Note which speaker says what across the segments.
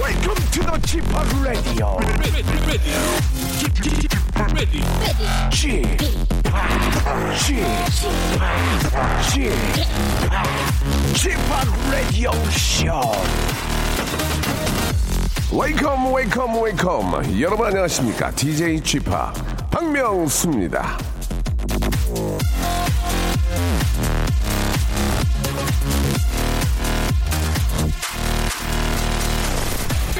Speaker 1: Welcome to the Chip Radio. Chip Chip Chip Radio Show.
Speaker 2: 웨이컴 웨이컴 웨이컴 여러분 안녕하십니까 DJ g 파 박명수입니다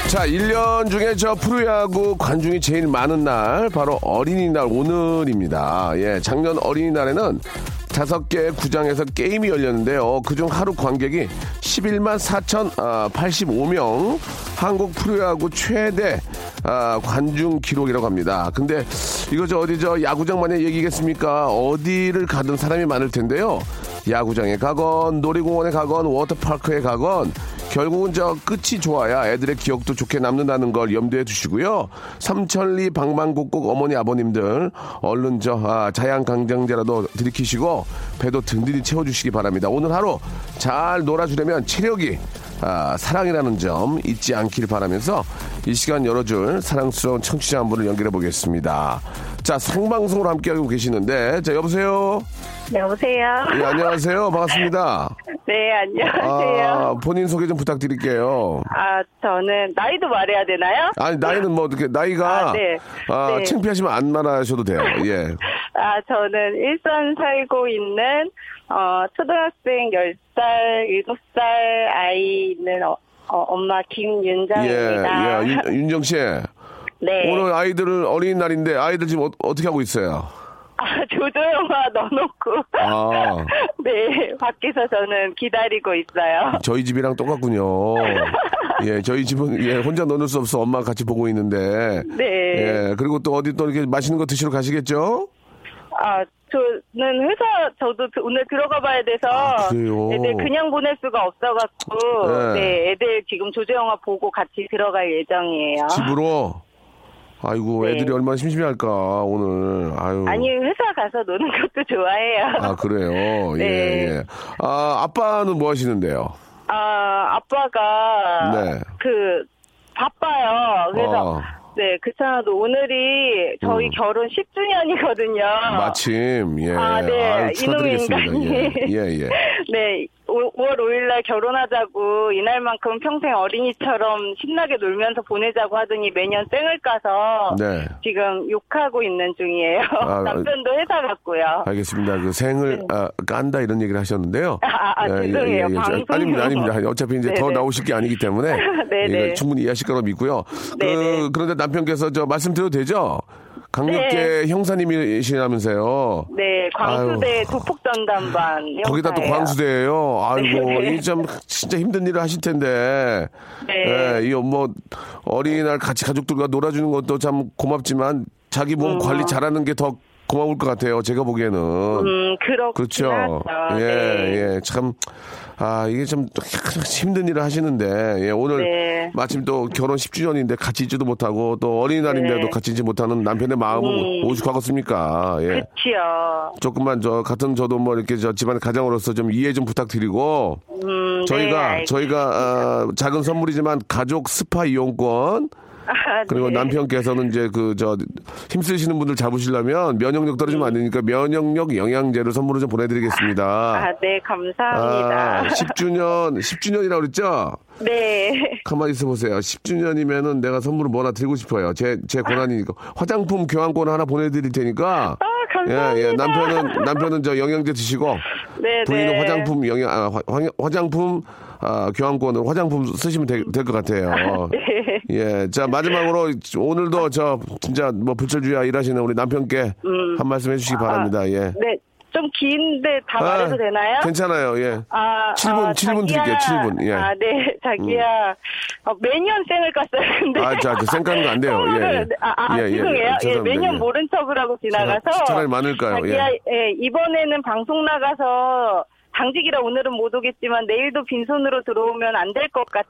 Speaker 2: 자 1년 중에 저 프로야구 관중이 제일 많은 날 바로 어린이날 오늘입니다 예 작년 어린이날에는 다섯 개 구장에서 게임이 열렸는데요. 그중 하루 관객이 11만 아, 4,085명, 한국 프로야구 최대 아, 관중 기록이라고 합니다. 근데 이거 저 어디 저 야구장만의 얘기겠습니까? 어디를 가든 사람이 많을 텐데요. 야구장에 가건 놀이공원에 가건 워터파크에 가건 결국은 저 끝이 좋아야 애들의 기억도 좋게 남는다는 걸 염두에 두시고요. 삼천리 방방곡곡 어머니 아버님들 얼른 저 아, 자양강장제라도 들이키시고 배도 든든히 채워주시기 바랍니다. 오늘 하루 잘 놀아주려면 체력이 아, 사랑이라는 점 잊지 않길 바라면서 이 시간 열어줄 사랑스러운 청취자 한 분을 연결해 보겠습니다. 자 생방송으로 함께하고 계시는데 자 여보세요.
Speaker 3: 여보세요.
Speaker 2: 예, 안녕하세요. 반갑습니다.
Speaker 3: 네,
Speaker 2: 아,
Speaker 3: 안녕하세요.
Speaker 2: 본인 소개 좀 부탁드릴게요.
Speaker 3: 아, 저는 나이도 말해야 되나요?
Speaker 2: 아니 나이는 뭐 어떻게 나이가
Speaker 3: 아, 네.
Speaker 2: 아,
Speaker 3: 네.
Speaker 2: 창피하시면 안 말하셔도 돼요. 예.
Speaker 3: 아, 저는 일산 살고 있는 어, 초등학생 10살, 7살 아이 있는 어, 어, 엄마
Speaker 2: 예.
Speaker 3: 김윤정입니다.
Speaker 2: 예. 윤, 윤정 씨.
Speaker 3: 네.
Speaker 2: 오늘 아이들을 어린 날인데 아이들 지금 어, 떻게 하고 있어요?
Speaker 3: 아, 조조영화 넣어놓고.
Speaker 2: 아.
Speaker 3: 네, 밖에서 저는 기다리고 있어요.
Speaker 2: 저희 집이랑 똑같군요. 예, 저희 집은 예, 혼자 넣을 수 없어 엄마 같이 보고 있는데.
Speaker 3: 네.
Speaker 2: 예, 그리고 또 어디 또 이렇게 맛있는 거 드시러 가시겠죠?
Speaker 3: 아, 저는 회사, 저도 그- 오늘 들어가 봐야 돼서.
Speaker 2: 아, 그래요?
Speaker 3: 애들 그냥 보낼 수가 없어갖고.
Speaker 2: 네.
Speaker 3: 네. 애들 지금 조조영화 보고 같이 들어갈 예정이에요.
Speaker 2: 집으로. 아이고,
Speaker 3: 아. 네.
Speaker 2: 애들이 얼마나 심심해할까 오늘. 아유.
Speaker 3: 아니, 회사 가서 노는 것도 좋아해요.
Speaker 2: 아 그래요.
Speaker 3: 네.
Speaker 2: 예, 예. 아 아빠는 뭐 하시는데요?
Speaker 3: 아, 아빠가
Speaker 2: 네.
Speaker 3: 그 바빠요. 그래서
Speaker 2: 어.
Speaker 3: 네, 그렇잖아도 오늘이 저희
Speaker 2: 음.
Speaker 3: 결혼 10주년이거든요.
Speaker 2: 마침 예.
Speaker 3: 아, 네.
Speaker 2: 아유, 축하드리겠습니다.
Speaker 3: 이놈의
Speaker 2: 예.
Speaker 3: 인간이.
Speaker 2: 예, 예.
Speaker 3: 네, 5월 5일 날 결혼하자고 이날만큼 평생 어린이처럼 신나게 놀면서 보내자고 하더니 매년 쌩을 까서
Speaker 2: 네.
Speaker 3: 지금 욕하고 있는 중이에요.
Speaker 2: 아,
Speaker 3: 남편도 회사 갔고요.
Speaker 2: 알겠습니다. 그 생을 아, 깐다 이런 얘기를 하셨는데요.
Speaker 3: 네.
Speaker 2: 예,
Speaker 3: 아, 아, 죄송해요. 방송으로.
Speaker 2: 저- 아닙니다, 아닙니다. 어차피 이제 더
Speaker 3: 네네.
Speaker 2: 나오실 게 아니기 때문에 예,
Speaker 3: 네네.
Speaker 2: 이거 충분히 이해하실 거라 믿고요. 그,
Speaker 3: 네네.
Speaker 2: 그런데 남편께서 저 말씀드려도 되죠? 강력계 형사님이시라면서요.
Speaker 3: 네, 광수대
Speaker 2: 아유.
Speaker 3: 조폭전담반.
Speaker 2: 거기다 또
Speaker 3: 형사예요.
Speaker 2: 광수대예요. 아이고,
Speaker 3: 네.
Speaker 2: 이참 진짜 힘든 일을 하실 텐데.
Speaker 3: 네.
Speaker 2: 예, 이뭐 어린이날 같이 가족들과 놀아주는 것도 참 고맙지만 자기 몸 관리 잘하는 게 더 고마울 것 같아요. 제가 보기에는.
Speaker 3: 음, 그렇죠. 네.
Speaker 2: 그렇죠. 예, 예. 참, 아, 이게 참 힘든 일을 하시는데, 예, 오늘
Speaker 3: 네.
Speaker 2: 마침 또 결혼 10주년인데 같이 있지도 못하고 또 어린이날인데도
Speaker 3: 네.
Speaker 2: 같이 있지 못하는 남편의 마음은
Speaker 3: 음.
Speaker 2: 오죽하겠습니까. 예.
Speaker 3: 그치요.
Speaker 2: 조금만 저 같은 저도 뭐 이렇게 저 집안의 가장으로서 좀 이해 좀 부탁드리고
Speaker 3: 음,
Speaker 2: 저희가
Speaker 3: 네,
Speaker 2: 저희가 아, 작은 선물이지만 가족 스파 이용권
Speaker 3: 아,
Speaker 2: 그리고
Speaker 3: 네.
Speaker 2: 남편께서는 이제 그 저 힘쓰시는 분들 잡으시려면 면역력 떨어지면 안 되니까 면역력 영양제를 선물로 좀 보내드리겠습니다.
Speaker 3: 아, 네, 감사합니다.
Speaker 2: 아, 10주년 10주년이라고 그랬죠?
Speaker 3: 네.
Speaker 2: 가만히 있어 보세요. 10주년이면은 내가 선물을 뭐 하나 드리고 싶어요. 제, 제 권한이니까. 화장품 교환권 하나 보내드릴 테니까.
Speaker 3: 아, 감사합니다.
Speaker 2: 예, 예. 남편은, 남편은 저 영양제 드시고.
Speaker 3: 네,
Speaker 2: 부인은
Speaker 3: 네.
Speaker 2: 화장품 영양, 아, 화, 화, 장품 아, 교환권을 화장품 쓰시면 될 것 같아요.
Speaker 3: 네.
Speaker 2: 예. 자, 마지막으로
Speaker 3: 음.
Speaker 2: 오늘도 저 진짜 뭐 불철주야 일하시는 우리 남편께 한 말씀 해주시기 바랍니다. 예.
Speaker 3: 네. 좀 긴데
Speaker 2: 아,
Speaker 3: 다 아, 말해도 되나요?
Speaker 2: 괜찮아요. 예.
Speaker 3: 아,
Speaker 2: 칠 분, 칠 분
Speaker 3: 자기야.
Speaker 2: 드릴게요, 칠분 예. 음.
Speaker 3: 아, 네, 자기야. 어, 매년 쌩을 깠어요, 근데.
Speaker 2: 아, 자, 그 쌩까는 거안 돼요. 예, 예.
Speaker 3: 선물을- 아, 아,
Speaker 2: 예, 예.
Speaker 3: 죄송해요. 예,
Speaker 2: 죄송합니다.
Speaker 3: 매년
Speaker 2: 예.
Speaker 3: 모른 척을 하고 지나가서.
Speaker 2: 차라리- 차라리 많을까요?
Speaker 3: 자기야, 예, 이번에는 방송 나가서 당직이라 오늘은 못 오겠지만 내일도 빈손으로 들어오면 안 될 것 같아.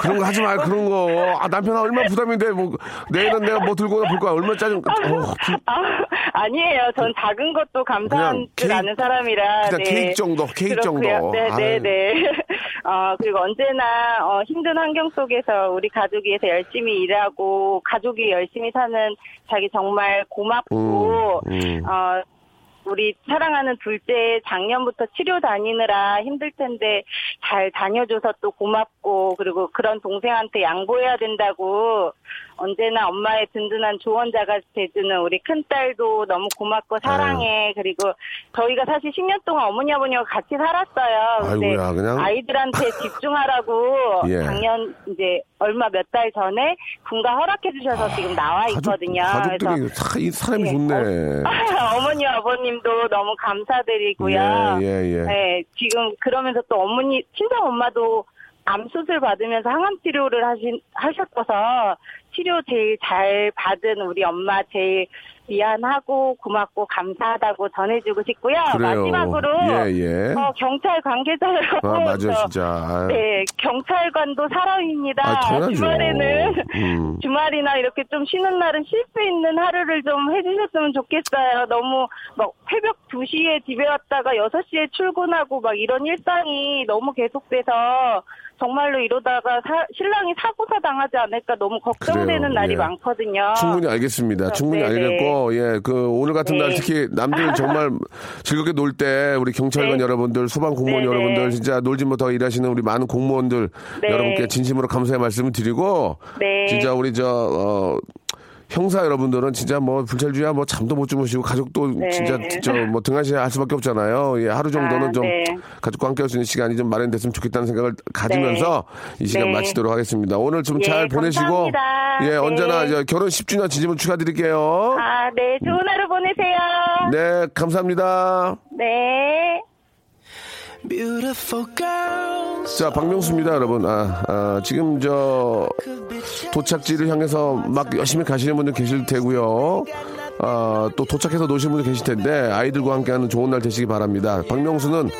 Speaker 2: 그런 거 하지 마, 그런 거. 아, 남편아, 얼마 부담이 돼. 뭐, 내일은 내가 뭐 들고 올 거야. 얼마 짜증. 어, 부-
Speaker 3: 아, 니에요전 작은 것도 감사한
Speaker 2: 그 그냥
Speaker 3: 줄
Speaker 2: 케이크-
Speaker 3: 아는 사람이라. 네.
Speaker 2: 그냥 케이크 정도, 케이크
Speaker 3: 그렇고요.
Speaker 2: 정도.
Speaker 3: 네,
Speaker 2: 아유.
Speaker 3: 네, 네. 어, 그리고 언제나 어, 힘든 환경 속에서 우리 가족이 해서 열심히 일하고 가족이 열심히 사는 자기 정말 고맙고
Speaker 2: 음, 음.
Speaker 3: 어, 우리 사랑하는 둘째 작년부터 치료 다니느라 힘들 텐데 잘 다녀줘서 또 고맙고 그리고 그런 동생한테 양보해야 된다고 언제나 엄마의 든든한 조언자가 돼주는 우리 큰딸도 너무 고맙고 사랑해 그리고 저희가 사실 10년 동안 어머니 아버님과 같이 살았어요. 근데
Speaker 2: 아이고야, 그냥.
Speaker 3: 아이들한테 집중하라고
Speaker 2: 예.
Speaker 3: 작년 이제 얼마 몇 달 전에 군가 허락해 주셔서 지금 나와 있거든요.
Speaker 2: 아, 가족,
Speaker 3: 그래서
Speaker 2: 가족들이, 사, 이 사람이
Speaker 3: 예.
Speaker 2: 좋네.
Speaker 3: 어머니 아버님도 너무 감사드리고요.
Speaker 2: 예, 예, 예.
Speaker 3: 네, 지금 그러면서 또 어머니 친정 엄마도 암 수술 받으면서 항암 치료를 하신 하셨어서 치료 제일 잘 받은 우리 엄마 제일 미안하고 고맙고 감사하다고 전해주고 싶고요.
Speaker 2: 그래요.
Speaker 3: 마지막으로
Speaker 2: 예, 예.
Speaker 3: 어, 경찰 관계자로
Speaker 2: 아, 맞아요,
Speaker 3: 저,
Speaker 2: 진짜. 아유.
Speaker 3: 네, 경찰관도 사람입니다.
Speaker 2: 아, 당연하죠.
Speaker 3: 주말에는
Speaker 2: 음.
Speaker 3: 주말이나 이렇게 좀 쉬는 날은 쉴 수 있는 하루를 좀 해주셨으면 좋겠어요. 너무 막 새벽 2시에 집에 왔다가 6시에 출근하고 막 이런 일상이 너무 계속돼서 정말로 이러다가 사- 신랑이 사고사 당하지 않을까 너무 걱정되는
Speaker 2: 그래요,
Speaker 3: 날이
Speaker 2: 예.
Speaker 3: 많거든요.
Speaker 2: 충분히 알겠습니다.
Speaker 3: 아,
Speaker 2: 충분히
Speaker 3: 네네.
Speaker 2: 알겠고, 예, 그, 오늘 같은 날
Speaker 3: 네.
Speaker 2: 특히 남들 정말 즐겁게 놀 때, 우리 경찰관
Speaker 3: 네.
Speaker 2: 여러분들, 소방공무원
Speaker 3: 네네.
Speaker 2: 여러분들, 진짜 놀지 못하고 일하시는 우리 많은 공무원들,
Speaker 3: 네.
Speaker 2: 여러분께 진심으로 감사의 말씀을 드리고,
Speaker 3: 네.
Speaker 2: 진짜 우리 저, 어, 형사 여러분들은 진짜 뭐 불찰주야 뭐 잠도 못 주무시고 가족도
Speaker 3: 네.
Speaker 2: 진짜 저 뭐 등하시 할 수밖에 없잖아요. 예, 하루 정도는
Speaker 3: 아,
Speaker 2: 좀
Speaker 3: 네.
Speaker 2: 가족과 함께 할 수 있는 시간이 좀 마련됐으면 좋겠다는 생각을 가지면서 이 시간
Speaker 3: 네.
Speaker 2: 마치도록 하겠습니다. 오늘 좀
Speaker 3: 예,
Speaker 2: 잘 보내시고
Speaker 3: 감사합니다.
Speaker 2: 예,
Speaker 3: 네.
Speaker 2: 언제나 저 결혼 10주년 진심으로 축하드릴게요.
Speaker 3: 아, 네. 좋은 하루 보내세요.
Speaker 2: 네, 감사합니다.
Speaker 3: 네.
Speaker 2: 자, 박명수입니다, 여러분. 아, 아, 지금 저 도착지를 향해서 막 열심히 가시는 분들 계실 테고요. 아, 또 도착해서 노시는 분들 계실 텐데 아이들과 함께하는 좋은 날 되시기 바랍니다. 박명수는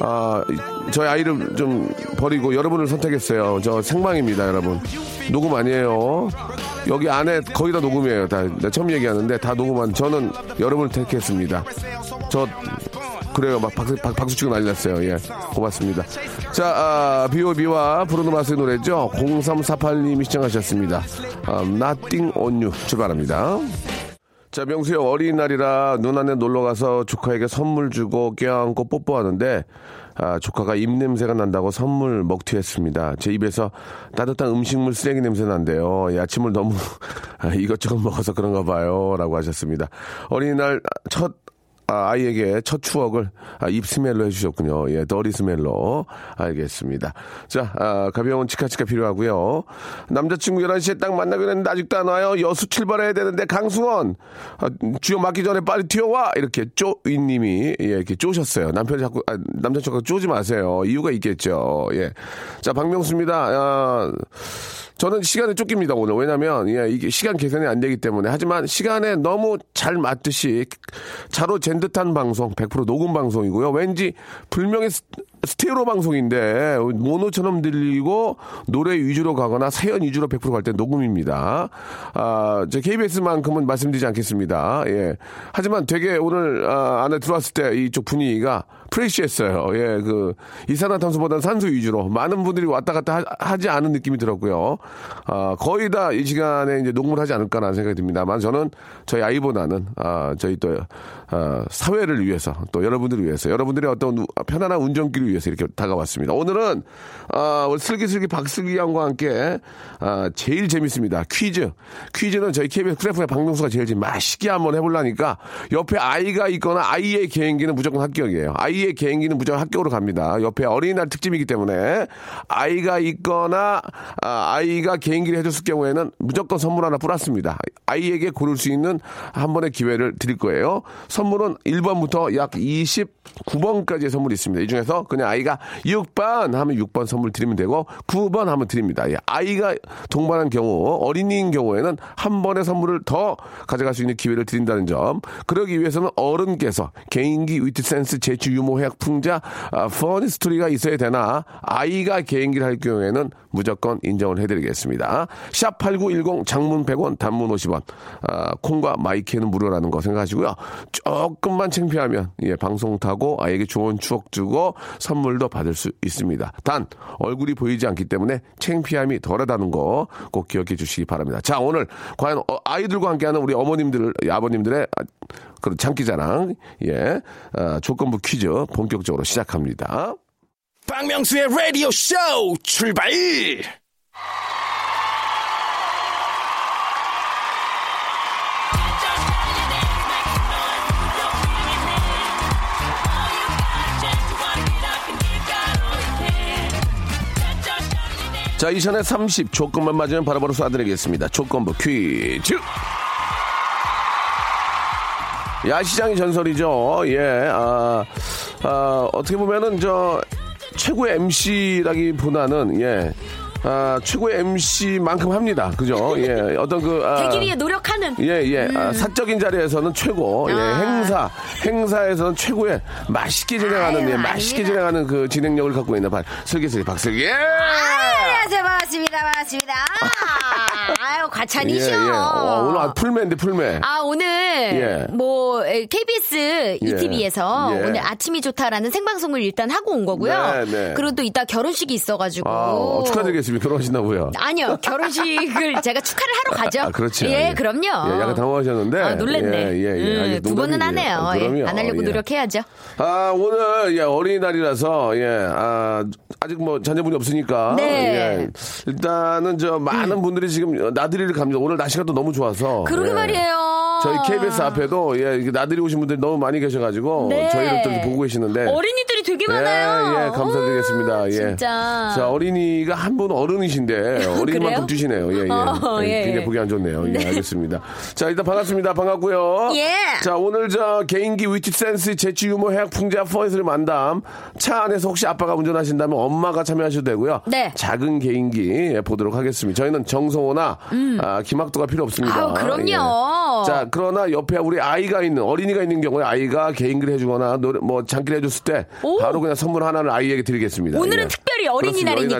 Speaker 2: 아, 이- 저희 아이를 좀 버리고 여러분을 선택했어요. 저 생방입니다, 여러분. 녹음 아니에요. 여기 안에 거의 다 녹음이에요. 다, 나 처음 얘기하는데 다 녹음한 저는 여러분을 택했습니다. 저 그래요. 막 박수, 박, 박수 치고 난리 났어요. 예. 고맙습니다. 자, 아, B.O.B.와 브루노 마스의 노래죠. 0348님이 시청하셨습니다. 아, Nothing on You 출발합니다. 자, 명수 형 어린이날이라 누나네 놀러가서 조카에게 선물 주고 껴안고 뽀뽀하는데 아, 조카가 입냄새가 난다고 선물 먹튀했습니다. 제 입에서 따뜻한 음식물 쓰레기 냄새 난대요. 이 아침을 너무 아, 이것저것 먹어서 그런가 봐요. 라고 하셨습니다. 어린이날 첫 아, 아이에게 첫 추억을 아, 입스멜로 해주셨군요. 예, 더리 스멜로. 알겠습니다. 자, 아, 가벼운 치카치카 필요하고요. 남자친구 11시에 딱 만나기로 했는데 아직도 안 와요. 여수 출발해야 되는데 강승원, 아, 주여 맞기 전에 빨리 튀어와! 이렇게 쪼이님이 예, 이렇게 쪼셨어요. 남편 자꾸, 아, 남자친구가 쪼지 마세요. 이유가 있겠죠. 예. 자, 박명수입니다. 아, 저는 시간에 쫓깁니다 오늘 왜냐하면 예, 이게 시간 계산이 안 되기 때문에 하지만 시간에 너무 잘 맞듯이 자로 잰 듯한 방송 100% 녹음 방송이고요 왠지 불명의 스- 스테레오 방송인데 모노처럼 들리고 노래 위주로 가거나 사연 위주로 100%갈 때 녹음입니다 아, 저 KBS만큼은 말씀드리지 않겠습니다 예 하지만 되게 오늘 아, 안에 들어왔을 때 이쪽 분위기가 프레시했어요. 예, 그 이산화탄소보다는 산소 위주로 많은 분들이 왔다 갔다 하, 지 않은 느낌이 들었고요. 아, 거의 다 이 시간에 이제 녹음을 하지 않을까라는 생각이 듭니다만 저는 저희 아이보다는 아, 저희 또 아, 사회를 위해서 또 여러분들을 위해서 여러분들의 어떤 우- 편안한 운전길 아이를 위해서 이렇게 다가왔습니다. 오늘은 아, 우리 슬기슬기 박슬기 양과 함께 아, 제일 재밌습니다. 퀴즈. 퀴즈는 저희 KBS 크래프의 박명수가 제일 지금 맛있게 한번 해보려니까 옆에 아이가 있거나 아이의 개인기는 무조건 합격이에요. 아이의 개인기는 무조건 합격으로 갑니다. 옆에 어린이날 특집이기 때문에 아이가 있거나 아, 이가 개인기를 해줬을 경우에는 무조건 선물 하나 뿌렸습니다. 아이에게 고를 수 있는 한 번의 기회를 드릴 거예요. 선물은 1번부터 약 29번까지의 선물이 있습니다. 이 중에서 그냥 아이가 6번 하면 6번 선물 드리면 되고 9번 하면 드립니다. 예, 아이가 동반한 경우 어린이인 경우에는 한 번의 선물을 더 가져갈 수 있는 기회를 드린다는 점. 그러기 위해서는 어른께서 개인기 위트 센스 재치 유모 해학 풍자 아, 퍼니 스토리가 있어야 되나 아이가 개인기를 할 경우에는 무조건 인정을 해드리겠습니다. 샵 8910 장문 100원 단문 50원 아, 콩과 마이키는 무료라는 거 생각하시고요. 조금만 창피하면 예, 방송 타고 아이에게 좋은 추억 주고 선물도 받을 수 있습니다. 단 얼굴이 보이지 않기 때문에 창피함이 덜하다는 거 꼭 기억해 주시기 바랍니다. 자 오늘 과연 어, 아이들과 함께하는 우리 어머님들 아버님들의 아, 그런 장기자랑 예 아, 조건부 퀴즈 본격적으로 시작합니다.
Speaker 1: 박명수의 라디오 쇼 출발!
Speaker 2: 자, 이션의 30 조건만 맞으면 바로바로 쏴드리겠습니다. 조건부 퀴즈. 야시장의 전설이죠. 예, 아, 아, 어떻게 보면은 저 최고의 MC라기보다는 예, 아, 최고의 MC만큼 합니다. 그죠? 예, 어떤 그 아,
Speaker 4: 대기 위해 노력하는
Speaker 2: 예, 예. 아, 사적인 자리에서는 최고. 예,
Speaker 4: 음. 아.
Speaker 2: 행사. 행사에서는 최고의 맛있게 진행하는,
Speaker 4: 아유,
Speaker 2: 예, 맛있게
Speaker 4: 아닙니다.
Speaker 2: 진행하는 그 진행력을 갖고 있는 박, 슬기슬기 박슬기. 예!
Speaker 4: 아, 안녕하세요 반갑습니다 반갑습니다 아, 아유 과찬이시오
Speaker 2: 예, 와, 오늘 아, 풀매인데, 풀매.
Speaker 4: 아 오늘
Speaker 2: 예.
Speaker 4: 뭐 에, KBS ETV에서
Speaker 2: 예.
Speaker 4: 오늘 아침이 좋다라는 생방송을 일단 하고 온
Speaker 2: 네,
Speaker 4: 거고요.
Speaker 2: 네.
Speaker 4: 그리고 또 이따 결혼식이 있어가지고
Speaker 2: 아, 어, 축하드리겠습니다. 결혼하신다고요.
Speaker 4: 아니요 결혼식을 제가 축하를 하러 가죠.
Speaker 2: 아, 그렇죠.
Speaker 4: 예, 그럼요.
Speaker 2: 예, 약간 당황하셨는데.
Speaker 4: 아, 놀랬네.
Speaker 2: 예, 예, 예.
Speaker 4: 음,
Speaker 2: 알겠-
Speaker 4: 두 번은 안
Speaker 2: 농담이에요.
Speaker 4: 해요.
Speaker 2: 아,
Speaker 4: 예,
Speaker 2: 그럼요.
Speaker 4: 안 하려고
Speaker 2: 예.
Speaker 4: 노력해야죠.
Speaker 2: 아, 오늘, 예, 어린이날이라서, 예, 아, 아직 뭐 자녀분이 없으니까.
Speaker 4: 네. 음.
Speaker 2: 예. 일단은 저 많은 분들이 지금 나들이를 갑니다. 오늘 날씨가 또 너무 좋아서.
Speaker 4: 그러게
Speaker 2: 예.
Speaker 4: 말이에요.
Speaker 2: 저희 KBS 앞에도 예, 이렇게 나들이 오신 분들이 너무 많이 계셔가지고
Speaker 4: 네.
Speaker 2: 저희를 또 이렇게 보고 계시는데
Speaker 4: 어린이들이 되게
Speaker 2: 예,
Speaker 4: 많아요.
Speaker 2: 예, 감사드리겠습니다.
Speaker 4: 음,
Speaker 2: 예.
Speaker 4: 진짜.
Speaker 2: 자, 어린이가 한 분 어른이신데 어린이만큼
Speaker 4: 그래요?
Speaker 2: 뛰시네요. 예, 예.
Speaker 4: 어,
Speaker 2: 예,
Speaker 4: 예.
Speaker 2: 굉장히 보기 안 좋네요. 예, 알겠습니다. 자, 일단 반갑습니다. 반갑고요.
Speaker 4: 예.
Speaker 2: 자, 오늘 저 개인기 위치 센스 재치 유머 해학 풍자 퍼이스를 만담 차 안에서 혹시 아빠가 운전하신다면 엄마가 참여하셔도 되고요.
Speaker 4: 네.
Speaker 2: 작은 개인기 예, 보도록 하겠습니다. 저희는 정성호나 아, 김학도가 필요 없습니다.
Speaker 4: 음.
Speaker 2: 예.
Speaker 4: 아우, 그럼요.
Speaker 2: 자, 그러나 옆에 우리 아이가 있는 어린이가 있는 경우에 아이가 개인기를 해주거나 노래, 뭐 장기를 해줬을 때
Speaker 4: 오.
Speaker 2: 바로 그냥 선물 하나를 아이에게 드리겠습니다.
Speaker 4: 오늘은
Speaker 2: 예.
Speaker 4: 특별히
Speaker 2: 그렇습니다.
Speaker 4: 어린이날이니까.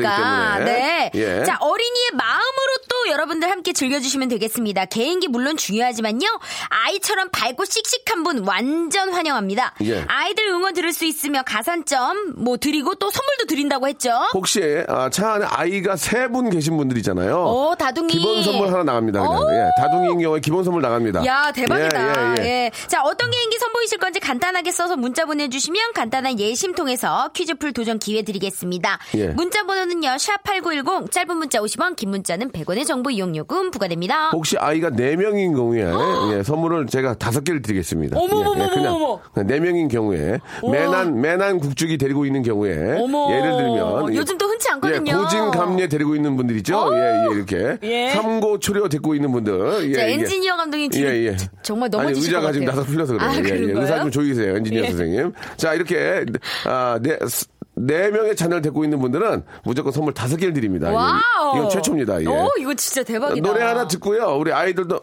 Speaker 2: 어린이날이기 때문에.
Speaker 4: 네.
Speaker 2: 예.
Speaker 4: 자, 어린이의 마음으로 또 여러분들 함께 즐겨주시면 되겠습니다. 개인기 물론 중요하지만요. 아이처럼 밝고 씩씩한 분 완전 환영합니다.
Speaker 2: 예.
Speaker 4: 아이들 응원 들을 수 있으며 가산점 뭐 드리고 또 선물도 드린다고 했죠.
Speaker 2: 혹시 아, 차 안에 아이가 세 분 계신 분들이잖아요.
Speaker 4: 오, 다둥이.
Speaker 2: 어. 기본 선물 하나 나갑니다. 그냥.
Speaker 4: 오.
Speaker 2: 예, 다둥이인 경우에 기본 선물 나갑니다.
Speaker 4: 어? 야 대박이다.
Speaker 2: 예,
Speaker 4: 예,
Speaker 2: 예, 예.
Speaker 4: 자 어떤 개인기 선보이실 건지 간단하게 써서 문자 보내주시면 간단한 예심 통해서 퀴즈풀 도전 기회 드리겠습니다.
Speaker 2: 예.
Speaker 4: 문자 번호는요 샵8910 짧은 문자 50원 긴 문자는 100원의 정보 이용요금 부과됩니다.
Speaker 2: 혹시 아이가 네명인 경우에 예, 선물을 제가 다섯 개를 드리겠습니다. 예,
Speaker 4: 어머머머머머.
Speaker 2: 그냥 네명인 경우에 매난 매난 국죽이 데리고 있는 경우에
Speaker 4: 어머.
Speaker 2: 예를 들면 예,
Speaker 4: 요즘 또 흔치 않거든요.
Speaker 2: 예, 고진 감리에 데리고 있는 분들 있죠. 예, 예, 이렇게
Speaker 4: 예.
Speaker 2: 삼고 초려 데리고 있는 분들. 예,
Speaker 4: 자,
Speaker 2: 이게.
Speaker 4: 엔지니어 감독님
Speaker 2: 예,
Speaker 4: 뒤로
Speaker 2: 예.
Speaker 4: 정말
Speaker 2: 아니,
Speaker 4: 넘어지실
Speaker 2: 의자가
Speaker 4: 것
Speaker 2: 지금
Speaker 4: 같아요.
Speaker 2: 나가 풀려서 그래요.
Speaker 4: 아,
Speaker 2: 예, 예.
Speaker 4: 그런
Speaker 2: 의사
Speaker 4: 거예요? 네.
Speaker 2: 좀 조이세요, 엔지니어 선생님. 자, 이렇게, 아, 네, 스- 네 명의 자녀를 데리고 있는 분들은 무조건 선물 다섯 개를 드립니다. 예.
Speaker 4: 와우.
Speaker 2: 이건 최초입니다. 예.
Speaker 4: 오, 이거 진짜 대박이다.
Speaker 2: 노래 하나 듣고요. 우리 아이들도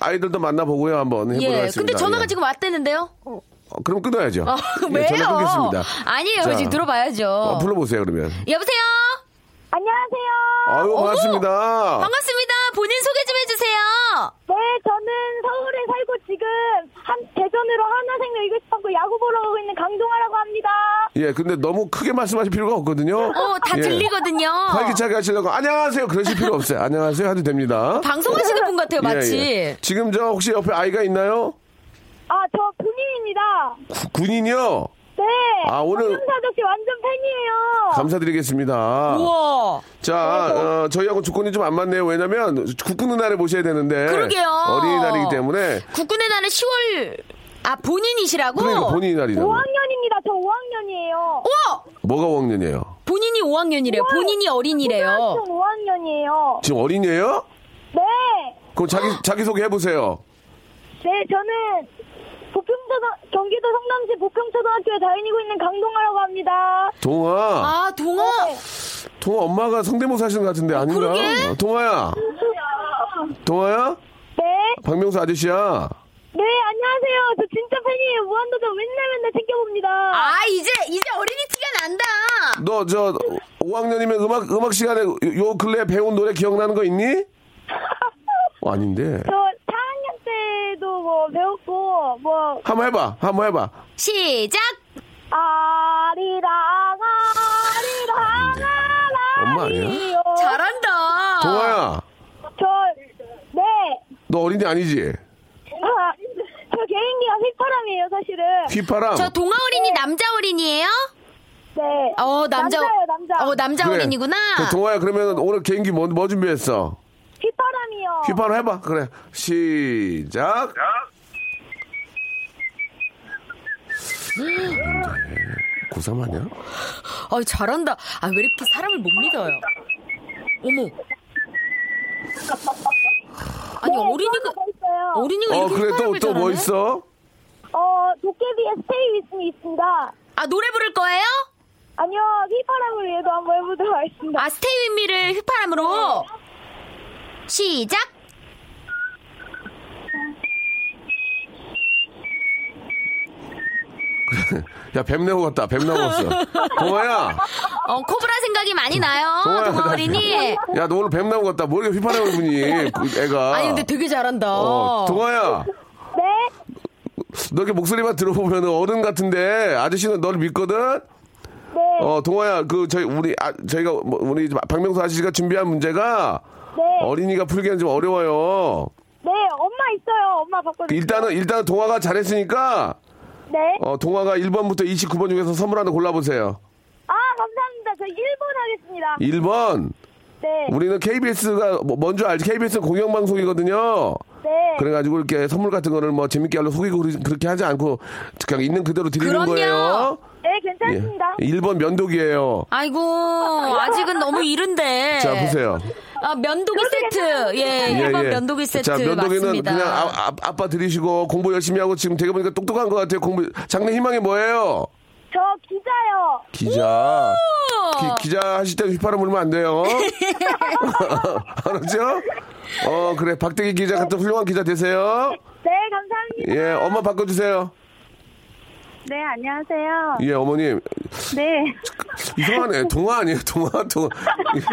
Speaker 2: 아이들도 만나보고요. 한번 해보도록
Speaker 4: 예,
Speaker 2: 하겠습니다.
Speaker 4: 근데 전화가
Speaker 2: 예.
Speaker 4: 지금 왔다는데요?
Speaker 2: 어, 그럼 끊어야죠.
Speaker 4: 아,
Speaker 2: 예,
Speaker 4: 왜요?
Speaker 2: 전화 끊겠습니다.
Speaker 4: 아니에요.
Speaker 2: 자,
Speaker 4: 지금 들어봐야죠.
Speaker 2: 어, 불러보세요 그러면.
Speaker 4: 여보세요?
Speaker 3: 안녕하세요.
Speaker 2: 아유
Speaker 4: 어머.
Speaker 2: 반갑습니다.
Speaker 4: 반갑습니다. 본인 소개 좀 해주세요.
Speaker 3: 네, 저는 서울에 살고 지금 한 대전으로 하나생명 이글스판고 야구 보러 가고 있는 강동아라고 합니다.
Speaker 2: 예, 근데 너무 크게 말씀하실 필요가 없거든요.
Speaker 4: 어, 다
Speaker 2: 예.
Speaker 4: 들리거든요.
Speaker 2: 활기차게 하시려고 안녕하세요 그러실 필요 없어요. 안녕하세요 해도 됩니다.
Speaker 4: 방송하시는 분 같아요, 마치.
Speaker 2: 예, 예. 지금 저 혹시 옆에 아이가 있나요?
Speaker 3: 아, 저 군인입니다.
Speaker 2: 구- 군인이요?
Speaker 3: 네.
Speaker 2: 아, 오늘-
Speaker 3: 박명수 아저씨 완전 팬이에요.
Speaker 2: 감사드리겠습니다.
Speaker 4: 우와.
Speaker 2: 자, 어, 저희하고 조건이 좀 안 맞네요. 왜냐면 국군 날에 모셔야 되는데
Speaker 4: 그러게요.
Speaker 2: 어린이날이기 때문에
Speaker 4: 국군의 날은 10월 아 본인이시라고?
Speaker 2: 그러니까 본인 날이잖아요.
Speaker 3: 5학년입니다. 저 5학년이에요.
Speaker 4: 우와!
Speaker 2: 뭐가 5학년이에요?
Speaker 4: 본인이 5학년이래요. 본인이 어린이래요.
Speaker 3: 5학년이에요.
Speaker 2: 지금 어린이에요?
Speaker 3: 네.
Speaker 2: 그럼 자기
Speaker 4: 아.
Speaker 2: 자기 소개 해보세요.
Speaker 3: 네, 저는 보평초등 경기도 성남시 보평초등학교에 다니고 있는 강동아라고 합니다.
Speaker 2: 동아,
Speaker 4: 아 동아.
Speaker 3: 어.
Speaker 2: 동아 엄마가 성대모사 하시는 것 같은데 아닌가?
Speaker 4: 그러게.
Speaker 2: 어, 동아야, 동아야,
Speaker 3: 네.
Speaker 2: 박명수 아저씨야.
Speaker 3: 네, 안녕하세요. 저 진짜 팬이에요. 무한도전 맨날 맨날 챙겨봅니다.
Speaker 4: 아 이제 이제 어린이 티가 난다.
Speaker 2: 너 저 5학년이면 음악 음악 시간에 요- 요 근래 에 배운 노래 기억나는 거 있니? 어, 아닌데.
Speaker 3: 저 4학년 때도 뭐 배웠고, 뭐,
Speaker 2: 한번 해봐, 한번 해봐.
Speaker 4: 시작.
Speaker 3: 아리랑, 아리랑,
Speaker 2: 엄마 아니야?
Speaker 3: 아리요.
Speaker 4: 잘한다.
Speaker 2: 동아야,
Speaker 3: 저, 네.
Speaker 2: 너 어린이 아니지?
Speaker 3: 아, 저 개인기가 휘파람이에요, 사실은.
Speaker 2: 휘파람.
Speaker 4: 저 동아 어린이 남자 어린이에요?
Speaker 3: 네.
Speaker 4: 어 남자.
Speaker 3: 남자예요, 남자.
Speaker 4: 어 남자
Speaker 2: 그래.
Speaker 4: 어린이구나.
Speaker 2: 그 동아야 그러면 오늘 개인기 뭐, 뭐 준비했어?
Speaker 3: 휘파람이요. 네,
Speaker 2: 휘파람 해봐. 그래. 시작. 고3 아니야?
Speaker 4: 어 잘한다. 아 왜 이렇게 사람을 못 믿어요? 어머. 아니 어린이가
Speaker 3: 뭐 있어요?
Speaker 4: 어린이가
Speaker 2: 어
Speaker 4: 이렇게
Speaker 2: 그래 또
Speaker 4: 사람을
Speaker 2: 또 뭐
Speaker 4: 잘하네?
Speaker 2: 있어?
Speaker 3: 어, 도깨비의 스테이 위스미 있습니다.
Speaker 4: 아 노래 부를 거예요?
Speaker 3: 아니요, 휘파람을 위해서 한번 해보도록 하겠습니다.
Speaker 4: 아 스테이 윗미를 휘파람으로 시작.
Speaker 2: 야 뱀나무 같다. 뱀나무 같어. 동아야.
Speaker 4: 어 코브라 생각이 많이 나요.
Speaker 2: 동아야.
Speaker 4: 동아 어린이.
Speaker 2: 야 너 오늘 뱀나무 같다. 뭐 이렇게 휘파람을 부니? 그 애가.
Speaker 4: 아니 근데 되게 잘한다.
Speaker 2: 어, 동아야.
Speaker 3: 네.
Speaker 2: 너 이렇게 목소리만 들어보면 어른 같은데 아저씨는 너를 믿거든.
Speaker 3: 네.
Speaker 2: 어 동아야 그 저희 우리 아, 저희가 뭐, 우리 이제 박명수 아저씨가 준비한 문제가
Speaker 4: 아.
Speaker 3: 네.
Speaker 2: 어린이가 풀기는 좀 어려워요.
Speaker 3: 네, 엄마 있어요. 엄마
Speaker 2: 그
Speaker 3: 바꿔주세요.
Speaker 2: 일단은 일단은 동화가 잘했으니까
Speaker 3: 네.
Speaker 2: 어 동화가 1번부터 29번 중에서 선물 하나 골라 보세요.
Speaker 3: 아, 감사합니다. 저 1번 하겠습니다.
Speaker 2: 1번
Speaker 3: 네.
Speaker 2: 우리는 KBS가 먼저 알지 KBS 는 공영 방송이거든요.
Speaker 3: 네.
Speaker 2: 그래가지고 이렇게 선물 같은 거를 뭐 재밌게 하려 속이고 그러- 그렇게 하지 않고 그냥 있는 그대로 드리는
Speaker 4: 그럼요.
Speaker 2: 거예요.
Speaker 3: 네,
Speaker 2: 예.
Speaker 3: 괜찮습니다.
Speaker 2: 1번 면도기예요.
Speaker 4: 아이고 아직은 너무 이른데.
Speaker 2: 자 보세요.
Speaker 4: 아 면도기 세트. 예,
Speaker 2: 예,
Speaker 4: 일번
Speaker 2: 예.
Speaker 4: 면도기 세트
Speaker 2: 자, 면도기는
Speaker 4: 맞습니다.
Speaker 2: 그냥 아, 아, 아빠 들이시고 공부 열심히 하고 지금 되게 보니까 똑똑한 것 같아요. 공부 장래 희망이 뭐예요?
Speaker 3: 저 기자요.
Speaker 2: 기자.
Speaker 4: 어,
Speaker 2: 기, 기자 하실 때 휘파람 불면 안 돼요. 알았죠? 어 그래 박대기 기자 같은 훌륭한 기자 되세요.
Speaker 3: 네, 감사합니다.
Speaker 2: 예 엄마 바꿔주세요.
Speaker 3: 네, 안녕하세요.
Speaker 2: 예 어머님
Speaker 3: 네.
Speaker 2: 이상하네 동화 아니에요 동화 동화.